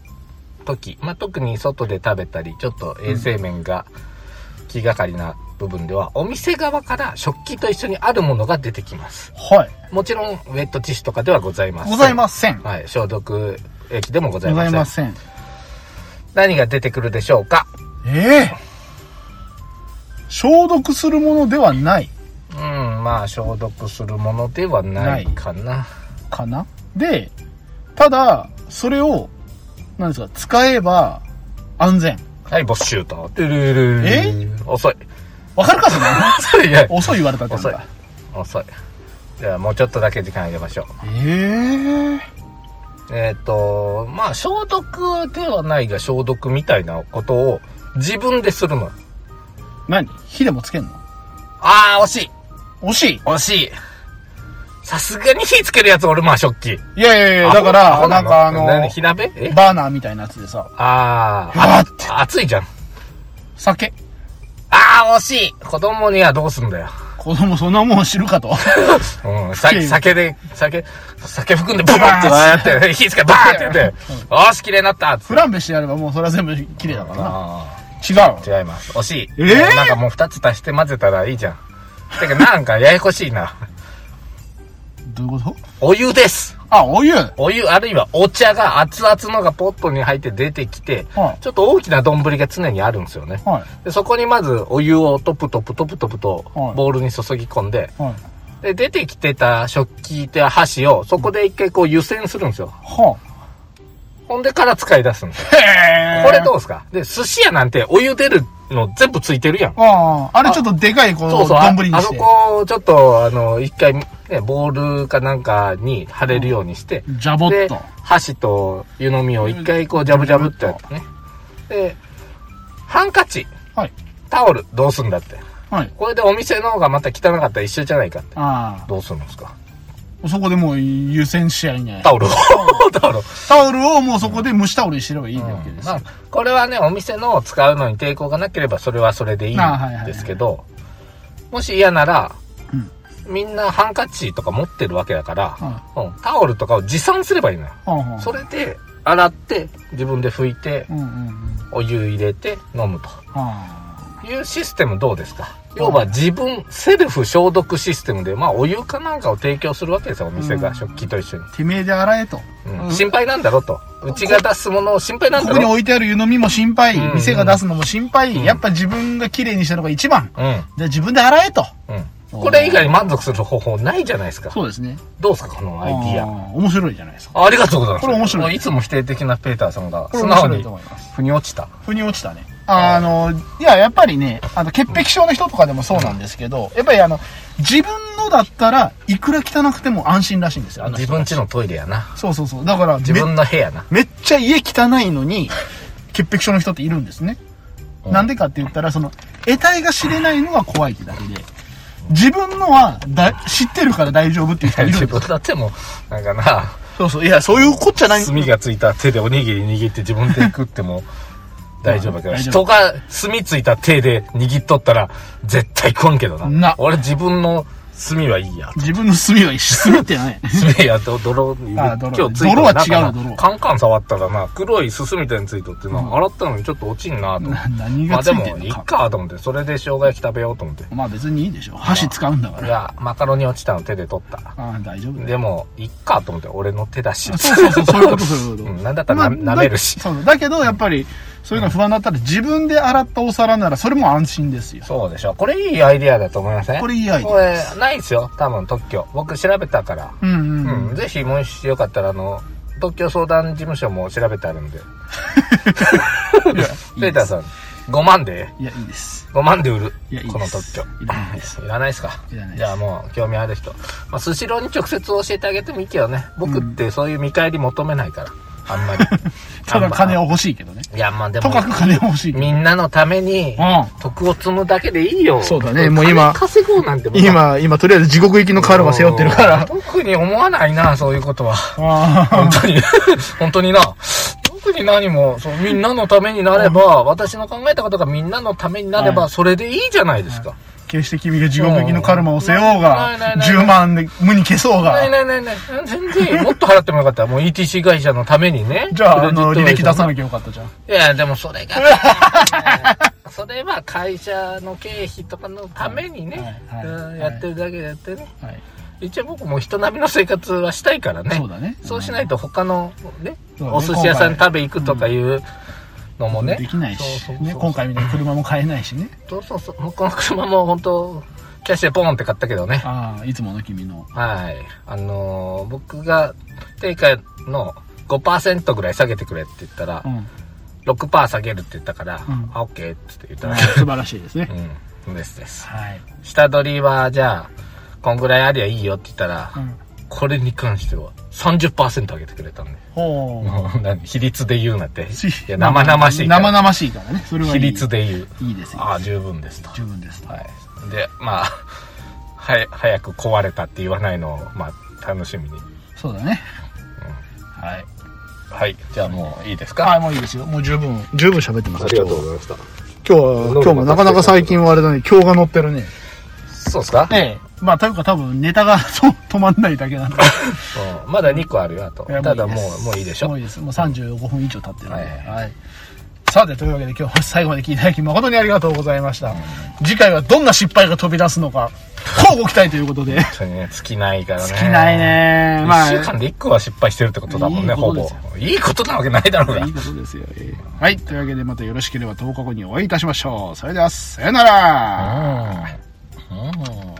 [SPEAKER 1] 時、まあ、特に外で食べたり、ちょっと衛生面が気がかりな部分では、お店側から食器と一緒にあるものが出てきます。
[SPEAKER 2] はい。
[SPEAKER 1] もちろん、ウェットティッシュとかではございません。
[SPEAKER 2] ございません。
[SPEAKER 1] はい、消毒液でもござい
[SPEAKER 2] ご
[SPEAKER 1] ま
[SPEAKER 2] ざ
[SPEAKER 1] せ
[SPEAKER 2] い
[SPEAKER 1] ん。
[SPEAKER 2] ません。
[SPEAKER 1] 何が出てくるでしょうか
[SPEAKER 2] ええ消毒するものではない
[SPEAKER 1] うん、まあ、消毒するものではないかな
[SPEAKER 2] かなで、ただ、それを、なんですか、使えば安全。
[SPEAKER 1] はい、没収と。てるるる
[SPEAKER 2] え
[SPEAKER 1] 遅い。
[SPEAKER 2] わかるかそれ。 (laughs)
[SPEAKER 1] 遅い、いや
[SPEAKER 2] 遅い言われたってこと
[SPEAKER 1] 遅い
[SPEAKER 2] だ。。
[SPEAKER 1] 遅い。じゃあ、もうちょっとだけ時間あげましょう。
[SPEAKER 2] ええ
[SPEAKER 1] えっ、と、まあ、消毒ではないが消毒みたいなことを自分でするの。
[SPEAKER 2] 何火でもつけんの
[SPEAKER 1] あー、惜しい。
[SPEAKER 2] 惜しい
[SPEAKER 1] 惜しい。さすがに火つけるやつ俺、まあ、食器。
[SPEAKER 2] いやいやいや、だか
[SPEAKER 1] ア
[SPEAKER 2] ら、
[SPEAKER 1] ホ
[SPEAKER 2] なんかあの、
[SPEAKER 1] 何火鍋え
[SPEAKER 2] バーナーみたいなやつでさ、
[SPEAKER 1] あー、
[SPEAKER 2] わーって、
[SPEAKER 1] あ熱いじゃん。
[SPEAKER 2] 酒。
[SPEAKER 1] あー、惜しい。子供にはどうすんだよ。
[SPEAKER 2] 子供そんなもん知る
[SPEAKER 1] (laughs)
[SPEAKER 2] かと。
[SPEAKER 1] うん、さ
[SPEAKER 2] うん
[SPEAKER 1] 酒で、酒、酒含んでバーンってやって、火つけてバーンってやって、おーし、綺麗になったっつって
[SPEAKER 2] フランベしてやればもうそれは全部綺麗だか
[SPEAKER 1] あ
[SPEAKER 2] らな。違う。
[SPEAKER 1] ー違います。惜しい。
[SPEAKER 2] えー
[SPEAKER 1] なんかもう二つ足して混ぜたらいいじゃん。てか、なんかややこしいな。 (laughs)
[SPEAKER 2] どういうこと
[SPEAKER 1] お湯です。
[SPEAKER 2] あ、お湯。は
[SPEAKER 1] お湯、あるいはお茶が熱々のがポットに入って出てきて、
[SPEAKER 2] はい
[SPEAKER 1] ちょっと大きな丼が常にあるんですよね。
[SPEAKER 2] い。
[SPEAKER 1] でそこにまずお湯をトプトプトプトプと
[SPEAKER 2] はい
[SPEAKER 1] ボウルに注ぎ込んで、
[SPEAKER 2] はい。
[SPEAKER 1] で、出てきてた食器や箸をそこで一回こう湯煎するんですよ。
[SPEAKER 2] は
[SPEAKER 1] ほんでから使い出すんですよ。
[SPEAKER 2] あ。へえ。
[SPEAKER 1] これどうですかで、寿司屋なんてお湯出るの全部ついてるやん。
[SPEAKER 2] ああ、あれちょっとでかい、こ
[SPEAKER 1] そう
[SPEAKER 2] の、
[SPEAKER 1] そう。あ
[SPEAKER 2] 丼に
[SPEAKER 1] あ
[SPEAKER 2] し
[SPEAKER 1] そ
[SPEAKER 2] て。
[SPEAKER 1] こをちょっと、あの、一回、ね、ボールかなんかに貼れるようにして、
[SPEAKER 2] ジャボッ
[SPEAKER 1] で
[SPEAKER 2] と。、
[SPEAKER 1] 箸と湯飲みを一回こう、ジャブジャブってやってね。で、ハンカチ、
[SPEAKER 2] はい。
[SPEAKER 1] タオル、どうすんだって。
[SPEAKER 2] はい。
[SPEAKER 1] これでお店の方がまた汚かったら一緒じゃないかって。
[SPEAKER 2] あ
[SPEAKER 1] どうするんですか
[SPEAKER 2] あ。そこでもう優先し合いね。
[SPEAKER 1] タ
[SPEAKER 2] (laughs)
[SPEAKER 1] オルを。タオルを。
[SPEAKER 2] タオルをもうそこで蒸しタオルにしてればいいわけです
[SPEAKER 1] ま
[SPEAKER 2] よ。
[SPEAKER 1] あ、これはね、お店のを使うのに抵抗がなければ、それはそれでいいん
[SPEAKER 2] あはいはいはい
[SPEAKER 1] ですけど、もし嫌なら、
[SPEAKER 2] うん
[SPEAKER 1] みんなハンカチとか持ってるわけだから、
[SPEAKER 2] は
[SPEAKER 1] うんタオルとかを持参すればいいのよ。
[SPEAKER 2] い。はあはあ
[SPEAKER 1] それで、洗って、自分で拭いて
[SPEAKER 2] う、んうんうん。
[SPEAKER 1] お湯入れて飲むと
[SPEAKER 2] は
[SPEAKER 1] いうシステムどうですか要は自分、セルフ消毒システムで、まあお湯かなんかを提供するわけですよ、お店
[SPEAKER 2] う
[SPEAKER 1] が、
[SPEAKER 2] ん
[SPEAKER 1] 食器と一緒に。
[SPEAKER 2] あ。てめえで洗えと。
[SPEAKER 1] うん
[SPEAKER 2] うん
[SPEAKER 1] 心配なんだろと。うちが出すものを心配なん
[SPEAKER 2] こ
[SPEAKER 1] だ
[SPEAKER 2] こに
[SPEAKER 1] ろ
[SPEAKER 2] 置いてある湯飲みも心配
[SPEAKER 1] うんう、ん
[SPEAKER 2] 店が出すのも
[SPEAKER 1] う
[SPEAKER 2] 心
[SPEAKER 1] ん
[SPEAKER 2] 配、やっぱ自分が綺麗にしたのが一番。
[SPEAKER 1] うん。
[SPEAKER 2] で、自分で洗えと。
[SPEAKER 1] うん。これ以外に満足する方法ないじゃないですか。
[SPEAKER 2] そうですね。
[SPEAKER 1] どうですか、このアイディア。
[SPEAKER 2] ア。面白いじゃないですか。
[SPEAKER 1] あありがとうございます。
[SPEAKER 2] これ面白い
[SPEAKER 1] もういつも否定的なペーターさんが、
[SPEAKER 2] これ
[SPEAKER 1] 素
[SPEAKER 2] 面
[SPEAKER 1] 直
[SPEAKER 2] 白い
[SPEAKER 1] に
[SPEAKER 2] と、思います。
[SPEAKER 1] 腑に落ちた。
[SPEAKER 2] 腑に落ちたね。あの、いや、やっぱりね、あの、潔癖症の人とかでもそうなんですけど、やっぱりあの、自分のだったらいくら汚くても安心らしいんですよ。あの
[SPEAKER 1] 自分家のトイレやな。
[SPEAKER 2] そうそうそう。だから、
[SPEAKER 1] 自分の部屋な。
[SPEAKER 2] めっちゃ家汚いのに、潔癖症の人っているんですね。
[SPEAKER 1] うん
[SPEAKER 2] なんでかって言ったら、その、得体が知れないのが怖いってだけで、自分のはだ知ってるから大丈夫っていう人いるん
[SPEAKER 1] 自
[SPEAKER 2] ですよ
[SPEAKER 1] 分だってもう、なんかな、
[SPEAKER 2] そうそう。いや、そういうこっちゃない。 (laughs)
[SPEAKER 1] 炭がついた手でおにぎり握って自分で食っても、大丈夫だけど、
[SPEAKER 2] 大丈
[SPEAKER 1] 人
[SPEAKER 2] 夫
[SPEAKER 1] が墨ついた手で握っとったら、絶対来んけどな。
[SPEAKER 2] な
[SPEAKER 1] 俺自分の墨はいいや。
[SPEAKER 2] 自分の墨は墨ってない。
[SPEAKER 1] (laughs) 墨やと泥、
[SPEAKER 2] あ泥
[SPEAKER 1] 今日ついとる
[SPEAKER 2] 泥は違う
[SPEAKER 1] なんかな
[SPEAKER 2] 泥
[SPEAKER 1] カンカン触ったらな、黒いすすみたいについとってな、洗ったのにちょっと落ちんなと思って
[SPEAKER 2] な何
[SPEAKER 1] ま
[SPEAKER 2] が
[SPEAKER 1] あ
[SPEAKER 2] つ
[SPEAKER 1] で
[SPEAKER 2] いて
[SPEAKER 1] も、
[SPEAKER 2] ん
[SPEAKER 1] い
[SPEAKER 2] の
[SPEAKER 1] っ
[SPEAKER 2] か。
[SPEAKER 1] かと思って、それで生姜焼き食べようと思って。
[SPEAKER 2] まあ別にいいでしょ。箸使うんだか
[SPEAKER 1] い
[SPEAKER 2] ら。
[SPEAKER 1] や、マカロニ落ちたの手で取った。
[SPEAKER 2] ああ、大丈夫だよ。
[SPEAKER 1] でも、いっかと思って、俺の手だし。
[SPEAKER 2] そうそうそう、そういうこと、そういう
[SPEAKER 1] (laughs)
[SPEAKER 2] こ
[SPEAKER 1] う
[SPEAKER 2] と。
[SPEAKER 1] んなんだったらな
[SPEAKER 2] まあ
[SPEAKER 1] 舐めるし
[SPEAKER 2] だそうだけど、やっぱり、そういうの不安だったら、自分で洗ったお皿なら、それも安心ですよ。
[SPEAKER 1] そうでしょ。これいいアイディアだと思いません
[SPEAKER 2] これいいアイデ
[SPEAKER 1] こ
[SPEAKER 2] ア
[SPEAKER 1] れ
[SPEAKER 2] です。、
[SPEAKER 1] ないですよ。多分特許。僕調べたから。
[SPEAKER 2] うんうん
[SPEAKER 1] うん。
[SPEAKER 2] うん。
[SPEAKER 1] ぜひ、もしよかったら、あの、特許相談事務所も調べてあるんで。 (laughs) ペーターさん、5万で
[SPEAKER 2] いや、いいです。
[SPEAKER 1] 5万で売る
[SPEAKER 2] いやいいです
[SPEAKER 1] この特許
[SPEAKER 2] いらないです
[SPEAKER 1] いらないですか
[SPEAKER 2] いらないです
[SPEAKER 1] じゃあもう興味ある人まあスシローに直接教えてあげてもいいけどね僕ってそういう見返り求めないから、あんまり
[SPEAKER 2] (laughs) ただ金
[SPEAKER 1] を
[SPEAKER 2] は欲しいけどね。
[SPEAKER 1] いやまあで
[SPEAKER 2] と
[SPEAKER 1] も
[SPEAKER 2] かく金は欲しいけど。
[SPEAKER 1] みんなのために
[SPEAKER 2] う
[SPEAKER 1] 徳を積むだけでいいよ
[SPEAKER 2] そうだねもう今。
[SPEAKER 1] 金稼ごうなんてもうん
[SPEAKER 2] 今、今、とりあえず地獄行きのカールは背負ってるから。
[SPEAKER 1] 特に思わないなそういうことは
[SPEAKER 2] あ
[SPEAKER 1] 本当
[SPEAKER 2] (laughs)
[SPEAKER 1] に本当にな特に何もそうみんなのためになれば私の考えたことがみんなのためになれば、
[SPEAKER 2] はい
[SPEAKER 1] それでいいじゃないですか、
[SPEAKER 2] あ決して君が地獄行きのカルマを背負おうが
[SPEAKER 1] うんないない、ない
[SPEAKER 2] 10万で無に消そう
[SPEAKER 1] ない
[SPEAKER 2] が、
[SPEAKER 1] ないないない。全然、もっと払ってもよかった。もう ETC 会社のためにね。
[SPEAKER 2] じゃあ、あの、
[SPEAKER 1] ク
[SPEAKER 2] 履
[SPEAKER 1] レジッ
[SPEAKER 2] 歴出
[SPEAKER 1] ト会社
[SPEAKER 2] さなきゃよかったじゃん。
[SPEAKER 1] いや、でもそれが、
[SPEAKER 2] (laughs)
[SPEAKER 1] それは会社の経費とかのためにね、
[SPEAKER 2] はいはいはい
[SPEAKER 1] うんやってるだけでやってね。
[SPEAKER 2] はい。
[SPEAKER 1] 一応僕も人並みの生活はしたいからね。
[SPEAKER 2] そうだね。
[SPEAKER 1] そうしないと他のね、
[SPEAKER 2] そうだね
[SPEAKER 1] お寿司屋さんに食べ行くとかいうのもね。
[SPEAKER 2] できないし
[SPEAKER 1] そう、そうそう
[SPEAKER 2] ね、今回みたいに車も買えないしね。
[SPEAKER 1] そうそうそう。もうこの車も本当キャッシュでポンって買ったけどね。
[SPEAKER 2] ああ、いつもの君の。
[SPEAKER 1] はい。あのー僕が定価の5%ぐらい下げてくれって言ったら
[SPEAKER 2] う、ん。
[SPEAKER 1] 6%下げるって言ったから、
[SPEAKER 2] うん
[SPEAKER 1] あ、OK って言った
[SPEAKER 2] あ
[SPEAKER 1] ら
[SPEAKER 2] あ、素晴らしいですね。
[SPEAKER 1] うん、ですです。
[SPEAKER 2] はい。
[SPEAKER 1] 下取りは、じゃあ、こんぐらいありゃいいよって言ったら、
[SPEAKER 2] うん。
[SPEAKER 1] これに関しては30%上げてくれたんで。
[SPEAKER 2] ほう。
[SPEAKER 1] もう何比率で言うなって。
[SPEAKER 2] (laughs) し
[SPEAKER 1] いや、生々しいから。
[SPEAKER 2] 生々しいからね。それはい
[SPEAKER 1] 比
[SPEAKER 2] い。
[SPEAKER 1] 率で言う。
[SPEAKER 2] いいですよ。
[SPEAKER 1] ああ、十分ですと。
[SPEAKER 2] 十分です。
[SPEAKER 1] はい。で、まあ、 (laughs) はや、早く壊れたって言わないのを、まあ、楽しみに。
[SPEAKER 2] そうだね。はい。
[SPEAKER 1] はい。じゃあもういいですか
[SPEAKER 2] はい、もういいですよ。もう十分、十分喋ってます。
[SPEAKER 1] ありがとうございました。
[SPEAKER 2] 今日は、今日もなかなか最近はあれだね、今日が乗ってるね。
[SPEAKER 1] そうですか、
[SPEAKER 2] ええ。まあ、というか多分ネタが (laughs) そう止まんないだけなんで。
[SPEAKER 1] うん、まだ2個あるよ、あと。
[SPEAKER 2] (laughs) いや
[SPEAKER 1] ただも
[SPEAKER 2] です
[SPEAKER 1] う、もういいでしょ
[SPEAKER 2] もういいです。もう35分以上経ってるんで。
[SPEAKER 1] は
[SPEAKER 2] はいい。さて、というわけで今日は最後まで聞いていただき誠にありがとうございました。次回はどんな失敗が飛び出すのか、乞うご期待ということ (laughs) で。
[SPEAKER 1] 本当にね、尽きないからね。
[SPEAKER 2] 尽きない。ね。まあ、
[SPEAKER 1] 1週間で1個は失敗してるってことだもんね、
[SPEAKER 2] いい
[SPEAKER 1] ほ
[SPEAKER 2] ことで
[SPEAKER 1] ぼ
[SPEAKER 2] すよ。
[SPEAKER 1] いいことなわけないだろうが
[SPEAKER 2] いい。ことですよ。ええはい。というわけで、またよろしければ10日後にお会いいたしましょう。それでは、さよなら。
[SPEAKER 1] うん。うん